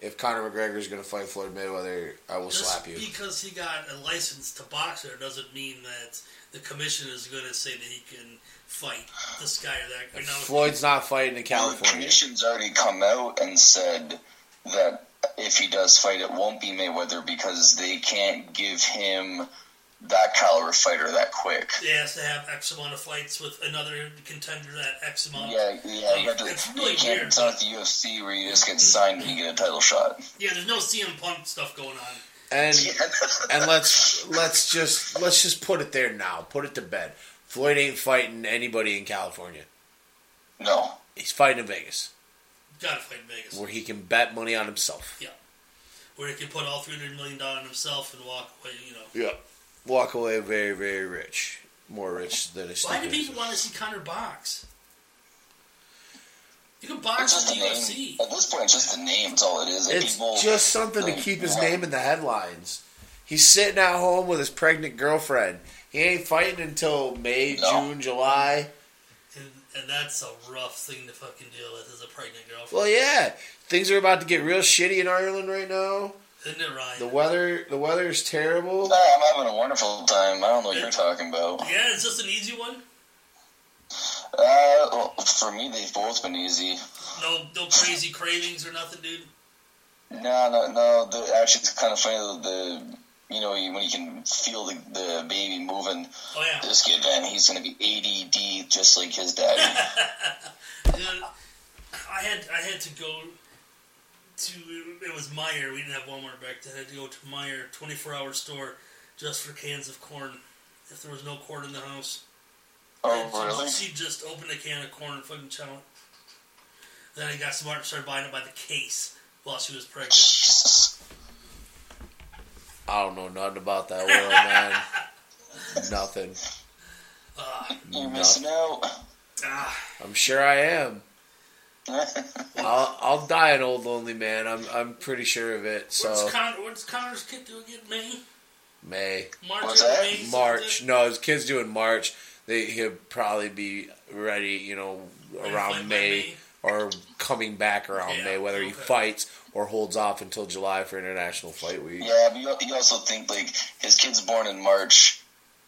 S1: if Conor McGregor is going to fight Floyd Mayweather. I will
S3: Just
S1: slap you.
S3: because he got a license to box there doesn't mean that the commission is going to say that he can fight this guy or that. You know,
S1: Floyd's not fighting in
S2: The
S1: California.
S2: commission's already come out and said that if he does fight, it won't be Mayweather because they can't give him that caliber fighter that quick.
S3: he has to have X amount of fights with another contender that X amount.
S2: Yeah, yeah, you, have to,
S3: It's really
S2: you can't,
S3: weird.
S2: It's not the UFC where you just get signed and you get a title shot.
S3: Yeah, there's no CM Punk stuff going on.
S1: And and let's let's just let's just put it there now. Put it to bed. Floyd ain't fighting anybody in California.
S2: No.
S1: He's fighting in Vegas,
S3: Gotta fight in Vegas.
S1: where he can bet money on himself.
S3: Yeah. Where he can put all three hundred million dollars on himself and walk away, you know.
S1: Yeah. Walk away very, very rich. More rich than his
S3: Why do
S1: stupid-
S3: people want to see Connor box? You can
S2: It's
S3: box
S2: just
S3: in
S2: the
S3: the UFC.
S2: name. At this point, it's just the name. It's all it is. And
S1: It's
S2: people,
S1: just something to keep his name in the headlines. He's sitting at home with his pregnant girlfriend. He ain't fighting until May,
S2: No.
S1: June, July.
S3: And, and that's a rough thing to fucking deal with as a pregnant girlfriend.
S1: Well, yeah, things are about to get real shitty in Ireland right now.
S3: Isn't it, Ryan?
S1: The weather, the weather is terrible.
S2: No, I'm having a wonderful time. I don't know what you're talking about.
S3: yeah, it's just an easy one.
S2: Uh, well, for me, they've both been easy.
S3: No, no crazy cravings or nothing, dude.
S2: No, no, no. The, actually, it's kind of funny. The you know you- when you can feel the, the baby moving.
S3: Oh yeah.
S2: This kid, man, he's gonna be ADD just like his daddy.
S3: Dude, I had I had to go to it was Meyer. We didn't have Walmart back then. I had to go to Meyer, twenty four hour store, just for cans of corn. If there was no corn in the house,
S2: oh, really?
S3: she, she just opened a can of corn and fucking chow it. Then I got smart and started buying it by the case while she was pregnant.
S2: Jesus.
S1: I don't know nothing about that world, man. nothing.
S3: Ah,
S2: You're
S1: No.
S2: missing out.
S3: ah,
S1: I'm sure I am.
S2: I
S1: I'll, I'll die an old lonely man. I'm I'm pretty sure of it. So
S3: what's, Con- what's Connor's kid doing? Get May,
S1: May.
S3: March,
S2: What's
S3: or
S2: that?
S3: May, something like
S1: March.
S3: that?
S1: No, his kid's doing March. They he'll probably be ready, you know,
S3: Ready to fight
S1: around
S3: by
S1: May or coming back around
S3: Yeah,
S1: May, whether he
S3: okay.
S1: fights or holds off until July for International Fight Week.
S2: Yeah, but you, you also think like his kid's born in March.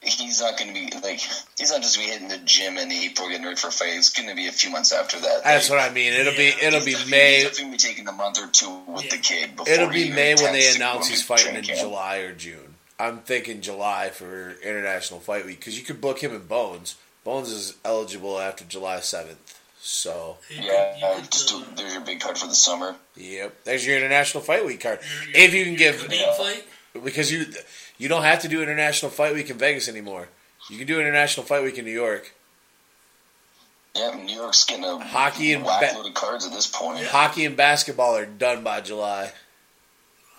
S2: He's not going to be like he's not just gonna be hitting the gym in April getting ready for a fight. It's going to be a few months after that.
S1: That's
S2: Like,
S1: what I mean. It'll
S3: Yeah.
S1: be it'll be
S2: he's-
S1: May.
S2: He's going to be taking a month or two with
S3: Yeah.
S2: the kid. Before
S1: It'll be
S2: he even
S1: May when
S2: attempts
S1: they
S2: to go
S1: announce
S2: to
S1: he's fighting
S2: training
S1: in
S2: camp.
S1: July or June. I'm thinking July for International Fight Week because you could book him in Bones. Bones is eligible after July 7th. So,
S3: You could-
S2: Yeah,
S3: you could,
S2: just
S3: uh,
S2: do, there's your big card for the summer.
S1: yep, there's your International Fight Week card.
S3: your- your-
S1: If you can
S3: your
S1: give
S3: Khabib fight.
S1: because you you don't have to do international fight week in Vegas anymore. You can do international fight week in New York.
S2: Yeah, New York's getting a
S1: Hockey and
S2: whack
S1: ba-
S2: load of cards at this point.
S1: Hockey and basketball are done by July.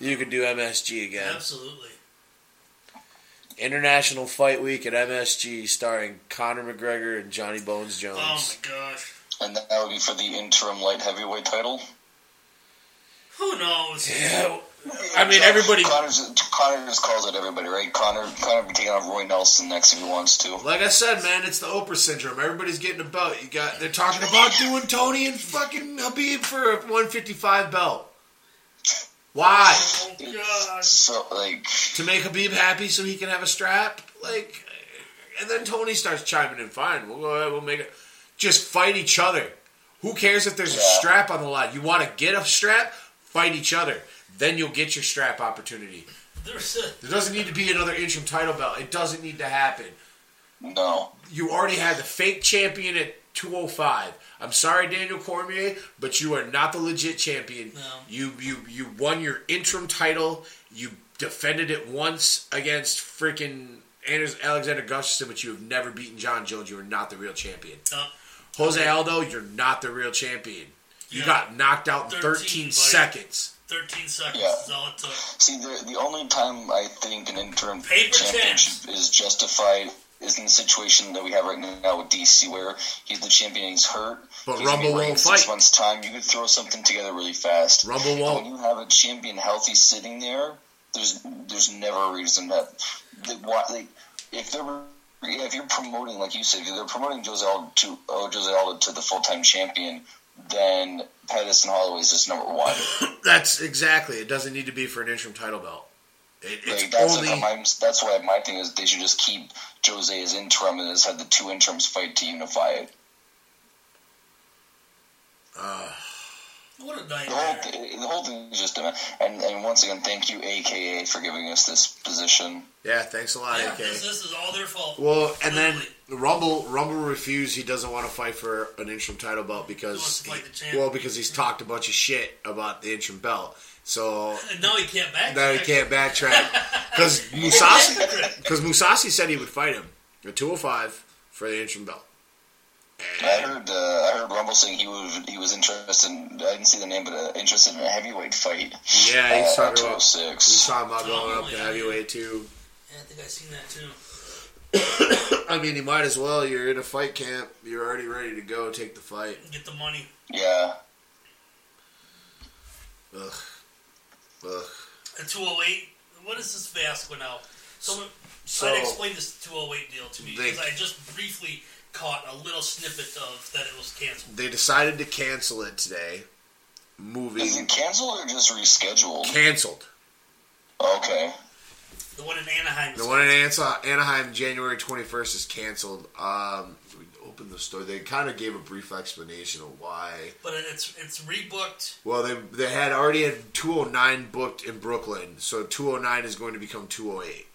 S1: You could do MSG again.
S3: Absolutely.
S1: International Fight Week at MSG, starring Conor McGregor and Johnny Bones Jones.
S3: Oh my gosh.
S2: And that would be for the interim light heavyweight title.
S3: Who knows? Oh,
S1: Yeah, I mean, everybody-
S2: Connor just, Connor just calls out everybody, right? Connor, Connor be taking on Roy Nelson next if he wants to.
S1: Like I said, man, it's the Oprah syndrome. Everybody's getting a belt. You got they're talking about doing Tony and fucking Habib for a 155 belt. Why?
S3: Oh god.
S2: So, like,
S1: to make Habib happy so he can have a strap. Like, and then Tony starts chiming in. Fine, we'll go ahead. We'll make it. Just fight each other. Who cares if there's a
S2: Yeah.
S1: strap on the line? You want to get a strap? Fight each other. Then you'll get your strap opportunity.
S3: There's a
S1: There doesn't need to be another interim title belt. It doesn't need to happen.
S2: no.
S1: You already had the fake champion at 205. I'm sorry, Daniel Cormier, but you are not the legit champion.
S3: No.
S1: You you you won your interim title. You defended it once against freaking Anders Alexander Gustafsson, but you have never beaten John Jones. You are not the real champion.
S3: No.
S1: Jose Aldo, you're not the real champion. You
S3: Yeah.
S1: got knocked out in 13,
S3: 13, buddy.
S1: seconds.
S3: 13 seconds
S2: Yeah.
S3: is all it took.
S2: See, the, the only time I think an interim
S3: Paper
S2: championship is justified is in the situation that we have right now with DC, where he's the champion, he's hurt.
S1: But
S2: he's gonna
S1: Rumble
S2: be like
S1: won't
S2: six
S1: fight.
S2: months time. You could throw something together really fast.
S1: Rumble
S2: But
S1: won't.
S2: When you have a champion healthy sitting there, there's there's never a reason that, that why like if they're yeah, if you're promoting like you said, if they're promoting Jose Aldo to oh, Jose Aldo to the full time champion, then Pettis and Holloway is just number one.
S1: That's exactly. It doesn't need to be for an interim title belt. It, it's
S2: Like, that's
S1: only.
S2: like my, that's why my thing is they should just keep Jose as interim and just have the two interims fight to unify it.
S1: uh,
S3: What a
S2: The whole,
S3: nightmare.
S1: Mm-hmm.
S2: thi- the whole thing is just a and and once again, thank you, AKA, for giving us this position.
S1: yeah, thanks a lot,
S3: Yeah,
S1: AK.
S3: this, this is all their fault.
S1: Well, and then
S3: Literally.
S1: Rumble Rumble refused. He doesn't want to fight for an interim title belt
S3: He wants
S1: because
S3: to fight the
S1: he-
S3: champ.
S1: well, because he's talked a bunch of shit about the interim belt, So
S3: And now he can't back.
S1: now he can't backtrack because Musasi because Musasi said he would fight him at 205 for the interim belt.
S2: I heard uh, I heard Rumble saying he was he was interested. In, I didn't see the name, but uh, interested in a heavyweight fight.
S1: Yeah, he's
S2: uh,
S1: talking about he's
S2: 206.
S1: talking about going up to heavyweight too.
S3: Yeah, I think I seen that too.
S1: I mean, you might as well. You're in a fight camp. You're already ready to go. Take the fight.
S3: Get the money.
S2: Yeah,
S1: Ugh. Ugh.
S3: A 208. What is this Vasco now? Someone
S1: So-
S3: I'd explain this 208 deal to me
S1: They-
S3: because I just briefly caught a little snippet of that it was canceled.
S1: They decided to cancel it today.
S2: is
S1: Moving
S2: it canceled or just rescheduled?
S1: canceled.
S2: Okay,
S3: The one in Anaheim. is
S1: The one in Ansa- Anaheim, January 21st, is canceled. Um, we opened the store. They kind of gave a brief explanation of why.
S3: But it's it's rebooked.
S1: Well, they they had already had 209 booked in Brooklyn, so 209 is going to become 208.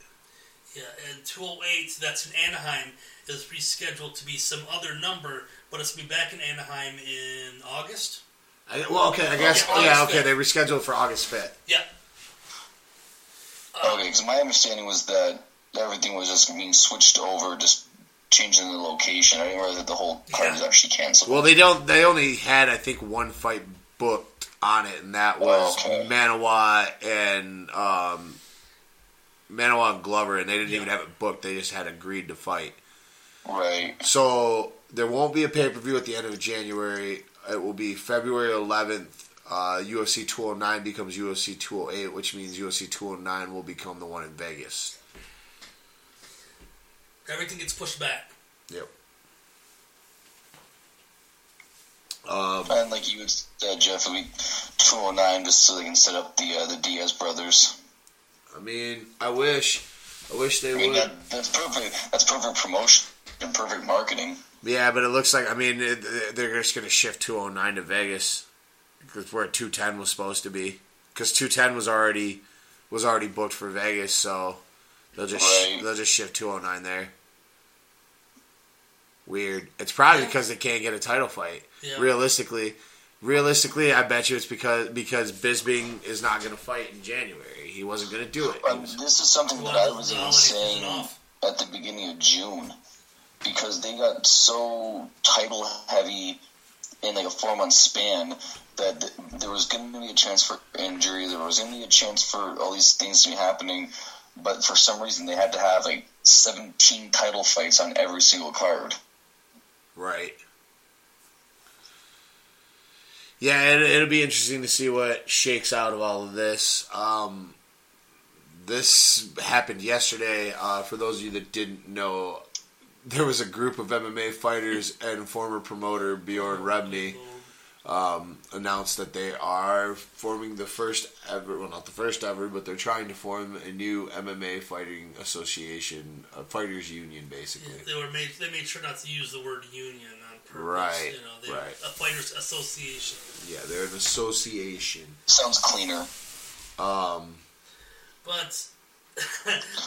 S3: Yeah, and 208 that's in Anaheim is rescheduled to be some other number, but it's gonna be back in Anaheim in August.
S1: I, well, okay, I guess.
S3: Okay,
S1: yeah,
S3: August
S1: okay. They rescheduled for August 5th.
S3: Yeah,
S2: okay. Because my understanding was that everything was just being switched over, just changing the location. I didn't realize that the whole card was
S3: Yeah.
S2: actually canceled.
S1: Well, they don't. They only had I think one fight booked on it, and that was
S2: Okay.
S1: Manawa and um, Manawa and Glover, and they didn't even have it booked. They just had agreed to fight.
S2: Right.
S1: So there won't be a pay per view at the end of January. It will be February 11th. Uh, UFC 209 becomes UFC 208, which means UFC 209 will become the one in Vegas.
S3: everything gets pushed back.
S1: Yep. Um,
S2: And like you had said, Jeff, it'll be 209 just so they can set up the uh, the Diaz brothers.
S1: I mean, I wish, I wish they
S2: I mean,
S1: would.
S2: that, that's perfect. That's perfect promotion and perfect marketing.
S1: Yeah, but it looks like I mean it- it- they're just going to shift 209 to Vegas because where 210 was supposed to be because 210 was already was already booked for Vegas, so they'll just
S2: Right.
S1: they'll just shift 209 there. Weird. It's probably because they can't get a title fight.
S3: Yeah.
S1: Realistically, realistically, I bet you it's because because Bisbing is not going to fight in January. He wasn't going to do it. He
S2: And
S1: was-
S2: this is something that
S3: Well,
S2: I was even
S3: holidays isn't
S2: saying
S3: off.
S2: at the beginning of June because they got so title heavy in like a four month span that th- there was going to be a chance for injury, there was going to be a chance for all these things to be happening, but for some reason they had to have like 17 title fights on every single card.
S1: Right. Yeah, it, it'll be interesting to see what shakes out of all of this. Um, this happened yesterday. Uh, for those of you that didn't know, there was a group of MMA fighters and former promoter Bjorn Rebney um, announced that they are forming the first ever, well, not the first ever, but they're trying to form a new MMA fighting association, a fighters union, basically.
S3: Yeah, they were made. They made sure not to use the word union on purpose.
S1: Right,
S3: You know, they,
S1: right.
S3: A fighters association.
S1: Yeah, they're an association.
S2: Sounds cleaner.
S1: Um,
S3: But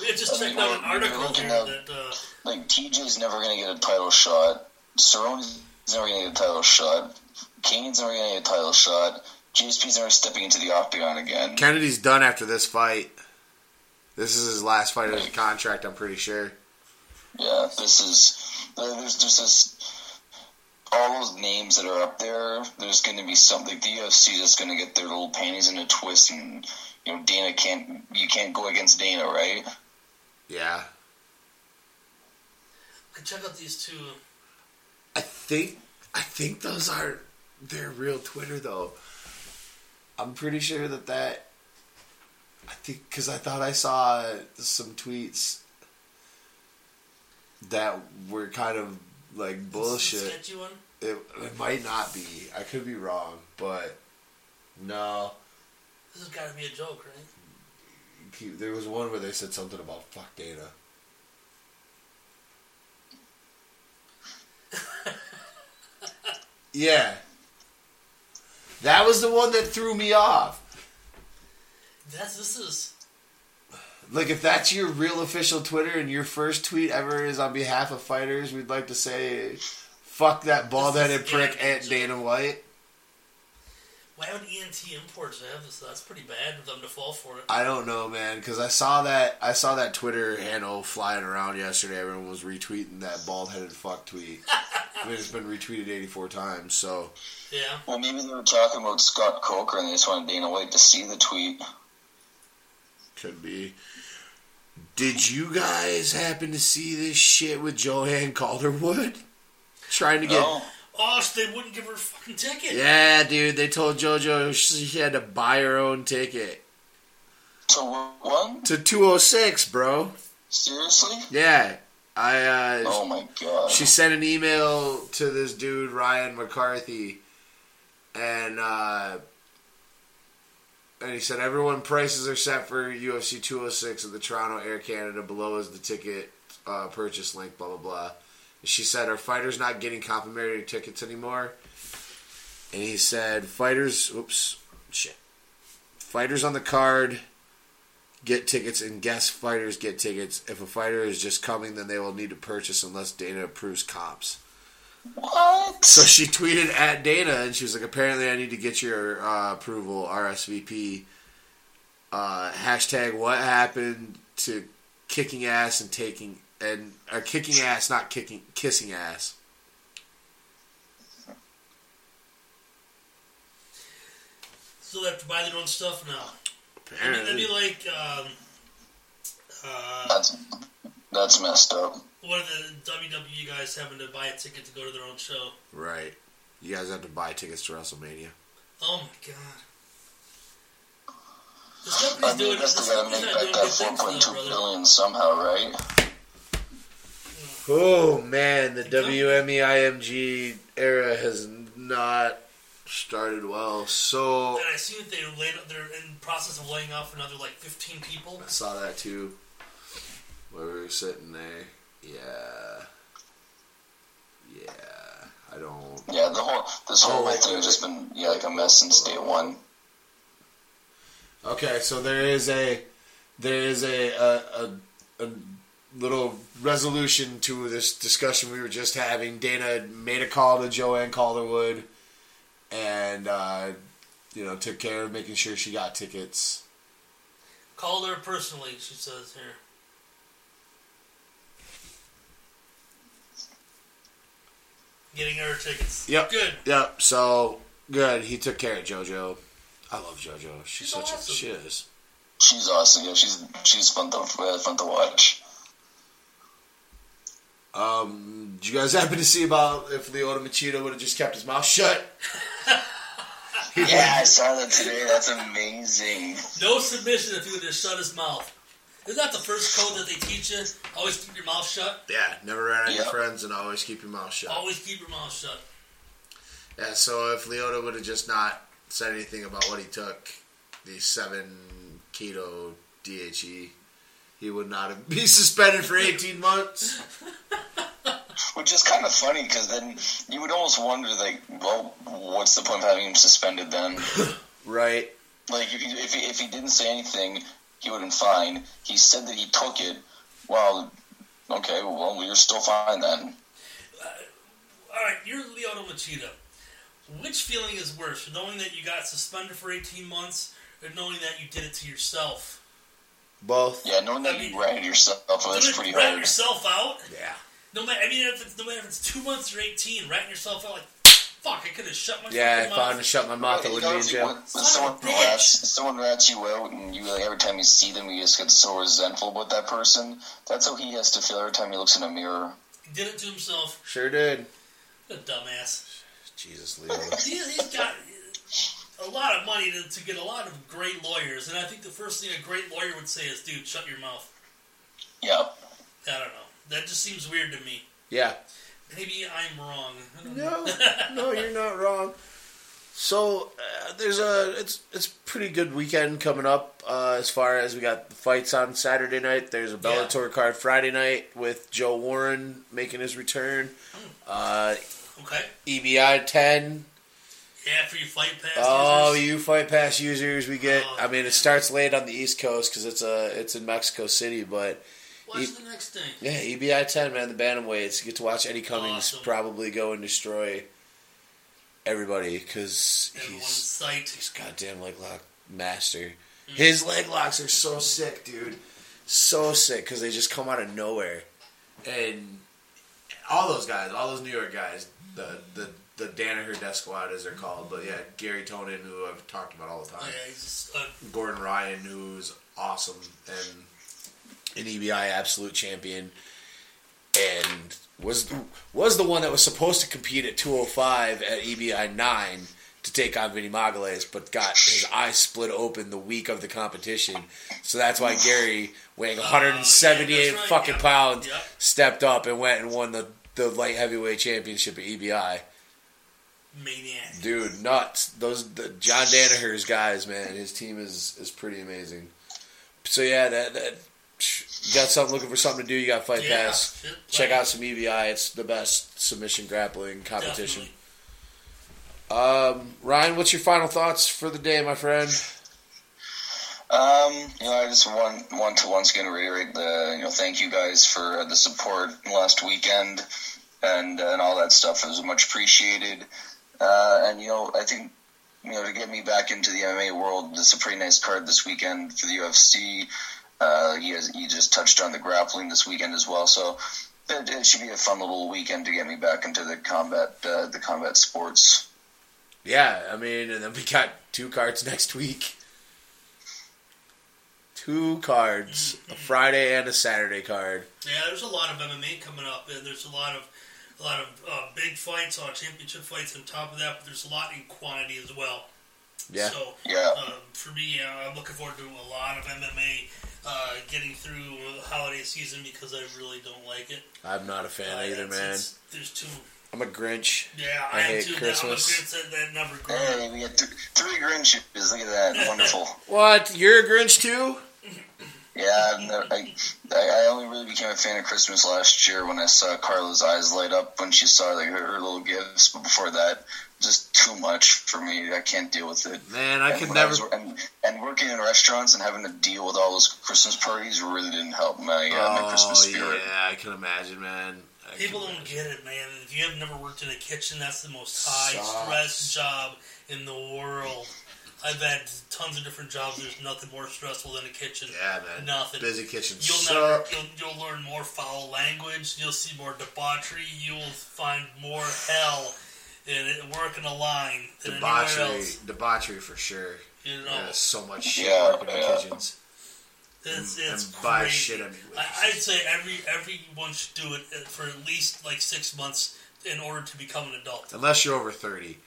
S3: we had just
S2: I mean,
S3: checked out an
S2: we're-
S3: article
S2: we're looking
S3: here
S2: at-
S3: that uh,
S2: Like TJ's never going to get a title shot. Cerrone's never going to get a title shot. Kane's never going to get a title shot. GSP's never stepping into the octagon again.
S1: Kennedy's done after this fight. This is his last fight of his contract, I'm pretty sure.
S2: Yeah, this is there's there's this all those names that are up there. There's going to be something. The UFC is going to get their little panties in a twist, and you know Dana can't you can't go against Dana, right?
S1: Yeah.
S3: we could check out these two.
S1: I think I think those are their real Twitter though. I'm pretty sure that that I think cuz I thought I saw some tweets that were kind of like
S3: This
S1: bullshit.
S3: sketchy one.
S1: It, it might not be. I could be wrong, but no.
S3: This has got to be a joke, right?
S1: He- There was one where they said something about fuck Dana. yeah. That was the one that threw me off.
S3: That's this is
S1: Like, if that's your real official Twitter and your first tweet ever is on behalf of fighters, we'd like to say, fuck that bald headed prick, Aunt Dana White.
S3: I have an ENT import, so I have this. That's pretty bad of them to fall for it.
S1: I don't know, man, because I saw that I saw that Twitter handle flying around yesterday. Everyone was retweeting that bald-headed fuck tweet. I mean, it's been retweeted 84 times. So
S3: Yeah.
S2: Well, maybe they were talking about Scott Coker and they just wanted Dana White to see the tweet.
S1: could be. Did you guys happen to see this shit with Joanne Calderwood trying to get?
S2: No.
S3: Oh, so they wouldn't give her a fucking ticket.
S1: Yeah, dude. They told JoJo she had to buy her own ticket
S2: So what- what?
S1: to 206, bro.
S2: Seriously?
S1: Yeah, I. Uh,
S2: Oh my god.
S1: she sent an email to this dude Ryan McCarthy, and uh, and he said everyone prices are set for UFC 206 at the Toronto Air Canada. Below is the ticket uh, purchase link. Blah blah blah. She said our fighters not getting complimentary tickets anymore, and he said fighters. Oops, shit. Fighters on the card get tickets and guest fighters get tickets. If a fighter is just coming, then they will need to purchase unless Dana approves comps.
S2: what?
S1: So she tweeted at Dana and she was like, apparently I need to get your uh, approval, RSVP. Uh, hashtag what happened to kicking ass and taking and uh, kicking ass, not kicking, kissing ass.
S3: So they have to buy their own stuff now. I mean, that'd be
S1: Apparently,
S3: like um, uh,
S2: That's that's messed up.
S3: one of the WWE guys having to buy a ticket to go to their own show.
S1: right? You guys have to buy tickets to WrestleMania.
S3: Oh my god. This company's
S2: I mean,
S3: doing
S2: I guess
S3: this
S2: they gotta make
S3: company's
S2: back
S3: not doing good
S2: that
S3: things
S2: four point two
S3: though, brother.
S2: billion somehow, right?
S1: Oh man, the E
S3: Good job.
S1: WMEIMG era has not started well. So
S3: And I see that they laid, they're in the process of laying off another like 15 people.
S1: I saw that too. Where we were sitting there. Yeah. Yeah. I don't
S2: Yeah, the whole this whole
S1: Oh, wait,
S2: thing
S1: wait,
S2: has just been yeah like a mess since day one.
S1: Okay, so there is a there is a a, a, a little resolution to this discussion we were just having. Dana made a call to Joanne Calderwood, and uh, you know took care of making sure she got tickets.
S3: Called her personally, she says here. Getting her tickets.
S1: Yep.
S3: Good.
S1: Yep. So good. He took care of JoJo. I love JoJo. She's,
S3: She's
S1: such
S3: awesome.
S1: a she is.
S2: She's awesome. Yeah, she's she's fun to uh, fun to watch.
S1: Um, did you guys happen to see about if Leona Machida would have just kept his mouth shut?
S2: Yeah, I saw that today. That's amazing.
S3: No submission if you would just shut his mouth. Isn't that the first code that they teach you? Always keep your mouth shut.
S1: Yeah, never ran out of your
S2: Yep.
S1: friends and always keep your mouth shut.
S3: Always keep your mouth shut.
S1: Yeah, so if Leota would have just not said anything about what he took, the seven keto DHE, he would not have been suspended for 18 months.
S2: Which is kind of funny because then you would almost wonder, like, well, what's the point of having him suspended then?
S1: Right.
S2: Like, if he, if he, if he didn't say anything, he would have been fine. He said that he took it. Well, okay, well, we were still fine then.
S3: All right, you're Leona Machida. Which feeling is worse, knowing that you got suspended for 18 months or knowing that you did it to yourself?
S1: Both.
S2: Yeah, knowing that you ratted yourself, that's pretty
S3: Doesn't it rat
S2: hard.
S3: yourself out?
S1: Yeah.
S3: No matter, I mean, if it's, no matter if it's two months or 18, ratting yourself out like, fuck, I could have shut my
S1: Yeah,
S3: fucking
S1: if I
S3: mouth.
S1: would have shut my mouth, I
S2: You
S1: would
S2: know,
S1: be in
S2: if you-
S1: jail.
S2: when
S3: Son of
S2: someone
S3: a bitch.
S2: rats, if someone rats you out, and you like every time you see them, you just get so resentful about that person. That's how he has to feel every time he looks in a mirror.
S3: He did it to himself.
S1: Sure did.
S3: What a dumbass.
S1: Jesus, Leota.
S3: He, he's got a lot of money to, to get a lot of great lawyers, and I think the first thing a great lawyer would say is, dude, shut your mouth.
S2: Yeah,
S3: I don't know. That just seems weird to me.
S1: yeah.
S3: Maybe I'm wrong. I don't
S1: No,
S3: know.
S1: no, you're not wrong. So uh, there's a it's it's pretty good weekend coming up uh, as far as we got the fights on Saturday night. There's a
S3: Yeah.
S1: Bellator card Friday night with Joe Warren making his return. Uh,
S3: Okay.
S1: EBI ten.
S3: Yeah, for you fight pass
S1: Oh,
S3: users.
S1: you fight pass users. We get.
S3: Oh,
S1: I mean,
S3: man.
S1: it starts late on the East Coast because it's a it's in Mexico City, but E
S3: Watch
S1: you-
S3: the next thing.
S1: yeah, EBI ten man, the bantamweights. You get to watch Eddie Cummings
S3: Awesome.
S1: probably go and destroy everybody because
S3: Everyone's
S1: he's
S3: sight.
S1: he's goddamn leg lock master. His leg locks are so sick, dude. So sick because they just come out of nowhere, and all those guys, all those New York guys, the the the Danaher Death Squad as they're called, but yeah, Gary Tonin, who I've talked about all the time.
S3: Oh, yeah, he's just, uh,
S1: Gordon Ryan, who's awesome and an EBI absolute champion, and was was the one that was supposed to compete at 205 at EBI nine to take on Vinny Magales, but got his eye split open the week of the competition. So that's why Gary, weighing 178
S3: Oh, that's right,
S1: fucking
S3: yeah.
S1: pounds,
S3: Yeah.
S1: stepped up and went and won the the light heavyweight championship at E EBI.
S3: maniac.
S1: Dude, nuts! Those the John Danaher's guys, man. His team is is pretty amazing. So yeah, that, that you got something looking for something to do. You got Fight
S3: Yeah,
S1: Pass.
S3: shit, like,
S1: Check out some EVI. It's the best submission grappling competition.
S3: definitely.
S1: Um, Ryan, what's your final thoughts for the day, my friend?
S2: Um, you know, I just want want to once again reiterate the you know thank you guys for uh, the support last weekend and and all that stuff. It was much appreciated. Uh, and you know, I think you know to get me back into the MMA world, it's a pretty nice card this weekend for the UFC. Uh, he has, he just touched on the grappling this weekend as well, so it, it should be a fun little weekend to get me back into the combat uh, the combat sports.
S1: Yeah, I mean, and then we got two cards next week. Two cards, a
S3: Mm-hmm.
S1: Friday and a Saturday card.
S3: Yeah, there's a lot of MMA coming up, and there's a lot of a lot of uh, big fights, a lot of championship fights on top of that. But there's a lot in quantity as well.
S1: Yeah,
S3: So
S2: Yeah.
S3: um, for me, uh, I'm looking forward to a lot of MMA. Uh, getting through the holiday season because I really don't like it.
S1: I'm not a fan
S3: Uh,
S1: either,
S3: it's-
S1: man.
S3: it's- There's too.
S1: I'm a Grinch.
S3: Yeah,
S1: I
S3: I,
S1: hate
S3: have too. That, I'm a
S1: Christmas.
S3: Grinch, that, that number
S2: Hey, we got th- three Grinches. Look at that, wonderful.
S1: What? You're a Grinch too?
S2: Yeah, I've never, I, I I only really became a fan of Christmas last year when I saw Carla's eyes light up when she saw like her, her little gifts. But before that, just too much for me. I can't deal with it.
S1: Man, I
S2: And
S1: could
S2: when
S1: never.
S2: was- and, and working in restaurants and having to deal with all those Christmas parties really didn't help my uh, my Christmas
S1: oh
S2: spirit.
S1: yeah, I can imagine, man. I
S3: People
S1: can
S3: don't
S1: imagine.
S3: get it, man. If you have never worked in a kitchen, that's the most high
S1: Sucks.
S3: stress job in the world. I've had tons of different jobs. There's nothing more stressful than a kitchen.
S1: Yeah, man.
S3: Nothing.
S1: Busy kitchen.
S3: You'll
S1: suck.
S3: never. You'll, you'll learn more foul language. You'll see more debauchery. You'll find more hell in it, working a line than anywhere
S1: debauchery,
S3: else.
S1: debauchery for sure.
S3: You know,
S1: Yeah, so much shit
S2: Yeah,
S1: working in
S2: yeah.
S1: kitchens.
S3: it's, it's
S1: and buy
S3: crazy.
S1: shit. I mean,
S3: I, I'd say every everyone should do it for at least like six months in order to become an adult.
S1: unless you're over thirty.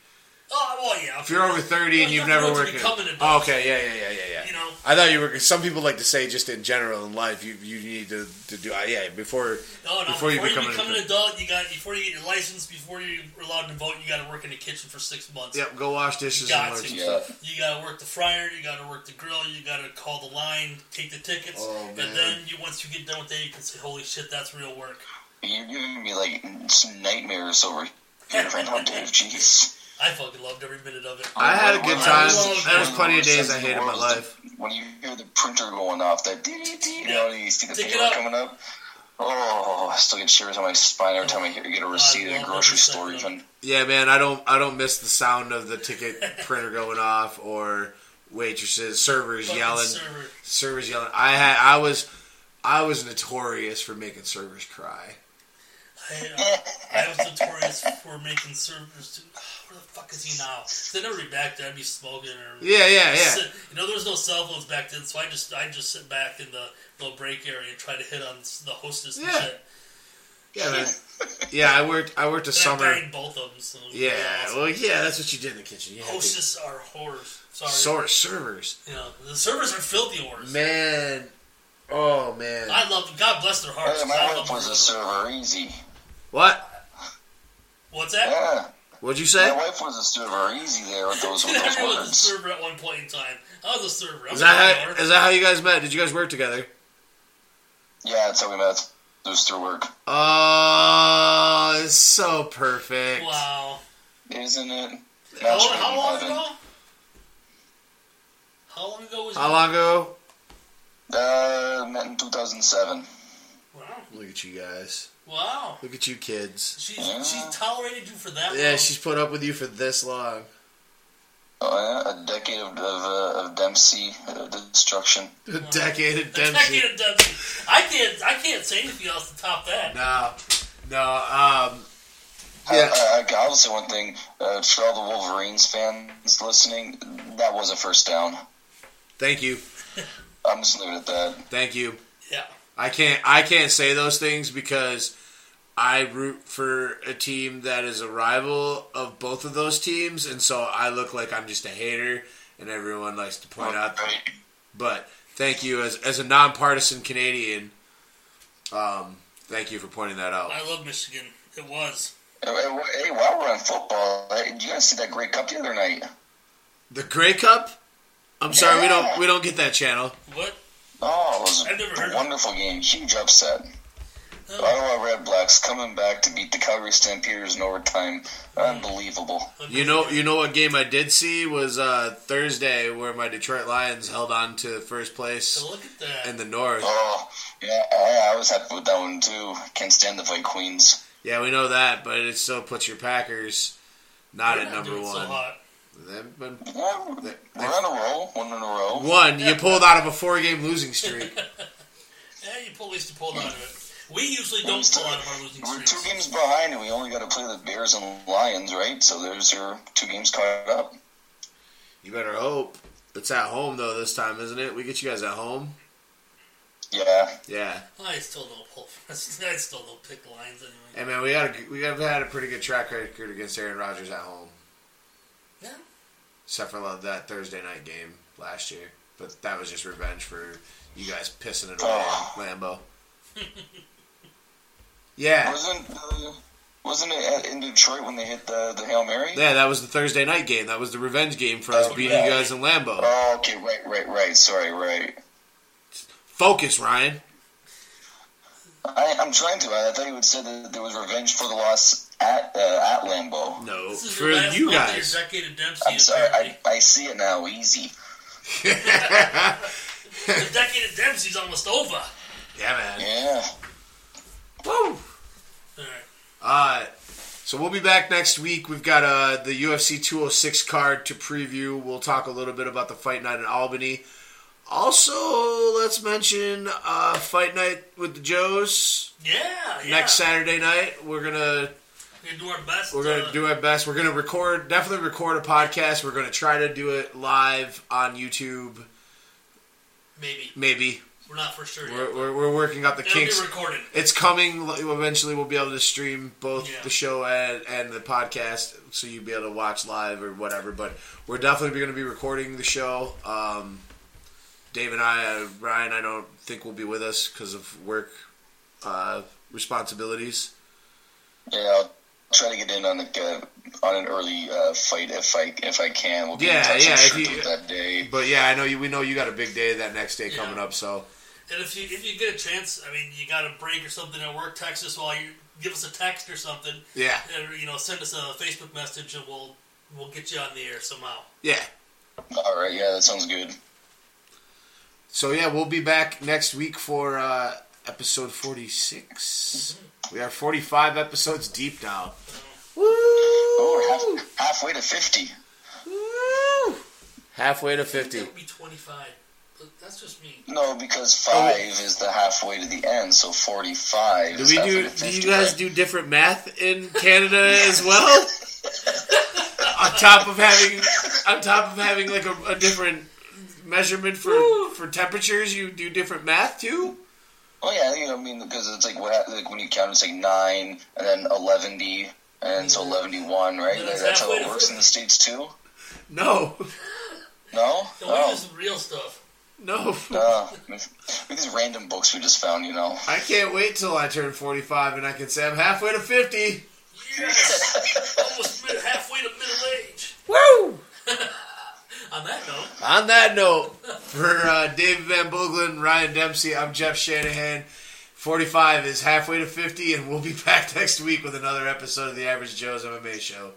S3: Oh well, yeah.
S1: If you're over thirty and you've
S3: Well, you have
S1: never
S3: to
S1: worked, in,
S3: become an adult.
S1: oh, okay, yeah, yeah, yeah, yeah, yeah.
S3: You know.
S1: I thought you were. Some people like to say just in general in life, you you need to, to do. uh, yeah, before
S3: No, no.
S1: Before
S3: Before,
S1: you
S3: you
S1: become
S3: become,
S1: an
S3: an adult, you got before you get your license, before you're allowed to vote, you got to work in the kitchen for six months.
S1: yep, go wash dishes and
S3: Got
S1: learn
S3: to.
S1: some
S2: Yeah.
S1: stuff.
S3: You got to work the fryer, you got to work the grill, you got to call the line, take the tickets,
S1: Oh, man.
S3: and then you once you get done with that, you can say, "Holy shit, that's real work."
S2: You're giving me like some nightmares over here right now, Dave. Jeez.
S3: I fucking loved every minute of it.
S1: I had a
S2: One
S1: good
S2: of
S1: time.
S2: the worst-
S1: There was
S2: one the
S1: plenty of
S2: worst
S1: days
S2: things
S1: I
S2: in the
S1: hated my
S2: world is the-
S1: life.
S2: when you hear the printer going off, that dee dee dee, you know, and you see the
S3: Pick it
S2: paper
S3: up.
S2: coming up. Oh, I still get shivers on my spine every time I hear, get a receipt at
S3: love
S2: a
S3: Uh, every
S2: grocery store.
S3: second of
S2: Even
S1: Yeah, man, I don't I don't miss the sound of the ticket printer going off or waitresses, servers
S3: Fucking
S1: yelling,
S3: server.
S1: servers yelling. I had I was I was notorious for making servers cry.
S3: I, uh, I was notorious for making servers. To, where the fuck is he now? They'd never be back there. I'd be smoking or
S1: Yeah, yeah, yeah.
S3: Sit- You know, there was no cell phones back then, so I just I just sit back in the little break area and try to hit on the hostess and
S1: Yeah.
S3: shit.
S1: Yeah, man. Yeah, I worked I worked a
S3: And I
S1: summer.
S3: banged both of them. So
S1: Yeah,
S3: so-
S1: well, yeah, that's what you did in the kitchen. Yeah,
S3: hostess are whores. Sorry,
S1: Sor- servers.
S3: you know the servers are filthy whores.
S1: Man. Oh, man.
S3: I love them. God bless their
S2: Hey,
S3: hearts. 'cause I
S2: my
S3: love
S2: wife was
S3: them.
S2: a server, easy.
S1: What?
S3: What's that?
S2: Yeah,
S1: What'd you
S2: my
S1: say?
S2: wife was a server, easy. There with those with those
S3: Everyone was a
S2: words.
S3: server at one point in time. I was a server. I
S1: Is
S3: was
S1: that
S3: a
S1: how,
S3: whore.
S1: is that how you guys met? Did you guys work together?
S2: Yeah, that's how we met. It was through work,
S1: Oh, it's so perfect.
S3: Wow.
S2: isn't it?
S3: How,
S2: Match made
S3: how
S2: in
S3: long
S2: heaven.
S3: ago? How long ago was
S1: How
S3: it?
S1: long ago?
S2: Uh, met in 2007.
S3: Wow.
S1: Look at you guys.
S3: Wow.
S1: Look at you kids.
S3: She she tolerated you for that.
S1: Yeah,
S3: long.
S1: she's put up with you for this long.
S2: Oh, yeah, a decade of of, uh, of Dempsey uh, destruction.
S1: A decade of
S3: I
S1: Dempsey.
S3: can't, I can't. I can't say anything else to top that.
S1: No, no. Um,
S2: Yeah.
S1: Yeah.
S2: I, I, I'll say one thing uh, for all the Wolverines fans listening. That was a first down.
S1: thank you,
S2: I'm just leaving it at that.
S1: thank you.
S3: Yeah.
S1: I can't. I can't say those things because I root for a team that is a rival of both of those teams, and so I look like I'm just a hater, and everyone likes to point out. That.
S2: Right.
S1: But thank you, as as a nonpartisan Canadian, um, thank you for pointing that out.
S3: I love Michigan. It was.
S2: Hey, hey, while we're on football, hey, did you guys see that great cup the other night?
S1: The Grey Cup. I'm sorry, we
S2: Yeah.
S1: don't we don't get that channel.
S3: What?
S2: Oh, it was
S3: I've never heard of
S2: a
S3: it.
S2: wonderful game. Huge upset.
S3: Oh.
S2: Ottawa Red Blacks coming back to beat the Calgary Stampeders in overtime.
S3: Hmm.
S2: Unbelievable.
S1: Uh, You know, you know what game I did see was uh, Thursday, where my Detroit Lions held on to first place
S3: So look at that.
S1: in the North.
S2: Oh, yeah, I, I was happy with that one too. Can't stand the White Queens.
S1: Yeah, we know that, but it still puts your Packers not
S3: They're
S1: at
S3: not
S1: number
S3: doing So
S1: one.
S3: hot.
S1: They've been-
S2: Yeah, we're on a roll. One in a row.
S1: one, you pulled out of a four-game losing streak.
S3: Yeah, you pull least you pulled out of it. We usually
S2: We're
S3: don't
S2: still-
S3: pull out of our losing
S2: We're two
S3: streaks.
S2: games behind, and we only got to play the Bears and Lions, right? So there's your two games caught up.
S1: You better hope it's at home though this time, isn't it? We get you guys at home.
S2: Yeah,
S1: Yeah,
S3: I still don't pull. I still don't pick lines anyway.
S1: hey man, we got a, we have had a pretty good track record against Aaron Rodgers at home,
S3: Yeah.
S1: except for that Thursday night game last year. But that was just revenge for you guys pissing it away,
S2: Oh.
S1: in Lambo. Yeah,
S2: wasn't uh, wasn't it at, in Detroit when they hit the the hail mary?
S1: Yeah, that was the Thursday night game. That was the revenge game for us
S2: Oh,
S1: beating you
S2: yeah.
S1: guys in Lambo.
S2: Oh, okay, right, right, right. Sorry, right.
S1: Focus, Ryan.
S2: I, I'm trying to. I thought you would say that there was revenge for the loss at uh, at Lambeau.
S1: No,
S3: This is
S1: for
S3: your last
S1: you
S3: one to your
S1: guys.
S3: Decade of Dempsey
S2: I'm
S3: is
S2: sorry.
S3: already-
S2: I, I see it now. Easy.
S1: yeah,
S3: the decade of Dempsey's almost over.
S1: man.
S2: Yeah.
S1: Woo.
S3: All right.
S1: Uh, so we'll be back next week. We've got uh, the UFC 206 card to preview. We'll talk a little bit about the fight night in Albany. Also, let's mention uh, fight night with the Joes
S3: Yeah, yeah.
S1: next Saturday night. We're gonna
S3: We're gonna do our best.
S1: We're
S3: uh,
S1: gonna do our best. We're gonna record, definitely record a podcast. We're gonna try to do it live on YouTube.
S3: maybe.
S1: Maybe
S3: We're not for sure yet.
S1: we're, we're, we're working out the
S3: It'll be
S1: kinks.
S3: recorded.
S1: It's coming. Eventually, we'll be able to stream both
S3: Yeah.
S1: the show and, and the podcast, so you'll be able to watch live or whatever. But we're definitely going to be recording the show. Um, Dave and I, uh, Ryan, I don't think will be with us because of work uh, responsibilities.
S2: Yeah. I'll try to get in on the uh, on an early uh, fight if I if I can. We'll be
S1: Yeah,
S2: in touch.
S1: yeah,
S2: I'm
S1: if
S2: sure
S1: you-
S2: do it that day.
S1: But yeah, I know you. We know you got a big day that next day
S3: Yeah.
S1: coming up, so.
S3: And if you if you get a chance, I mean, you got a break or something at work, text us while you give us a text or something,
S1: Yeah,
S3: and you know, send us a Facebook message, and we'll we'll get you on the air somehow.
S1: yeah.
S2: All right. Yeah, that sounds good.
S1: So yeah, we'll be back next week for uh, episode forty six. We are forty five episodes deep now. Woo!
S2: Oh, we're half, halfway to fifty.
S1: Woo! Halfway to fifty.
S3: It'll be twenty five. That's just me.
S2: No, because
S1: Oh,
S2: five
S1: wait.
S2: is the halfway to the end, so forty-five.
S1: Do
S2: is
S1: we
S2: halfway
S1: do?
S2: to
S1: Do
S2: 50,
S1: you guys
S2: right?
S1: do different math in Canada as well? on top of having, on top of having like a, a different measurement for for temperatures, you do different math too.
S2: Oh yeah, you know, I mean, because it's like what hap- like when you count, it's like nine, and then eleven D, and so eleven D one, right?
S3: Then it's
S2: That's how
S3: halfway
S2: it
S3: to
S2: works in the states too.
S1: No,
S2: No, Oh. Uh,
S3: So we do
S2: no,
S3: some real stuff.
S1: no.
S2: no. With these random books we just found, you know.
S1: I can't wait till I turn 45 and I can say I'm halfway to 50.
S3: Yes, almost mid, halfway to middle age.
S1: Woo!
S3: On that note,
S1: On that note, for uh, David Van Booglen, Ryan Dempsey, I'm Jeff Shanahan. 45 is halfway to 50, and we'll be back next week with another episode of the Average Joe's MMA Show.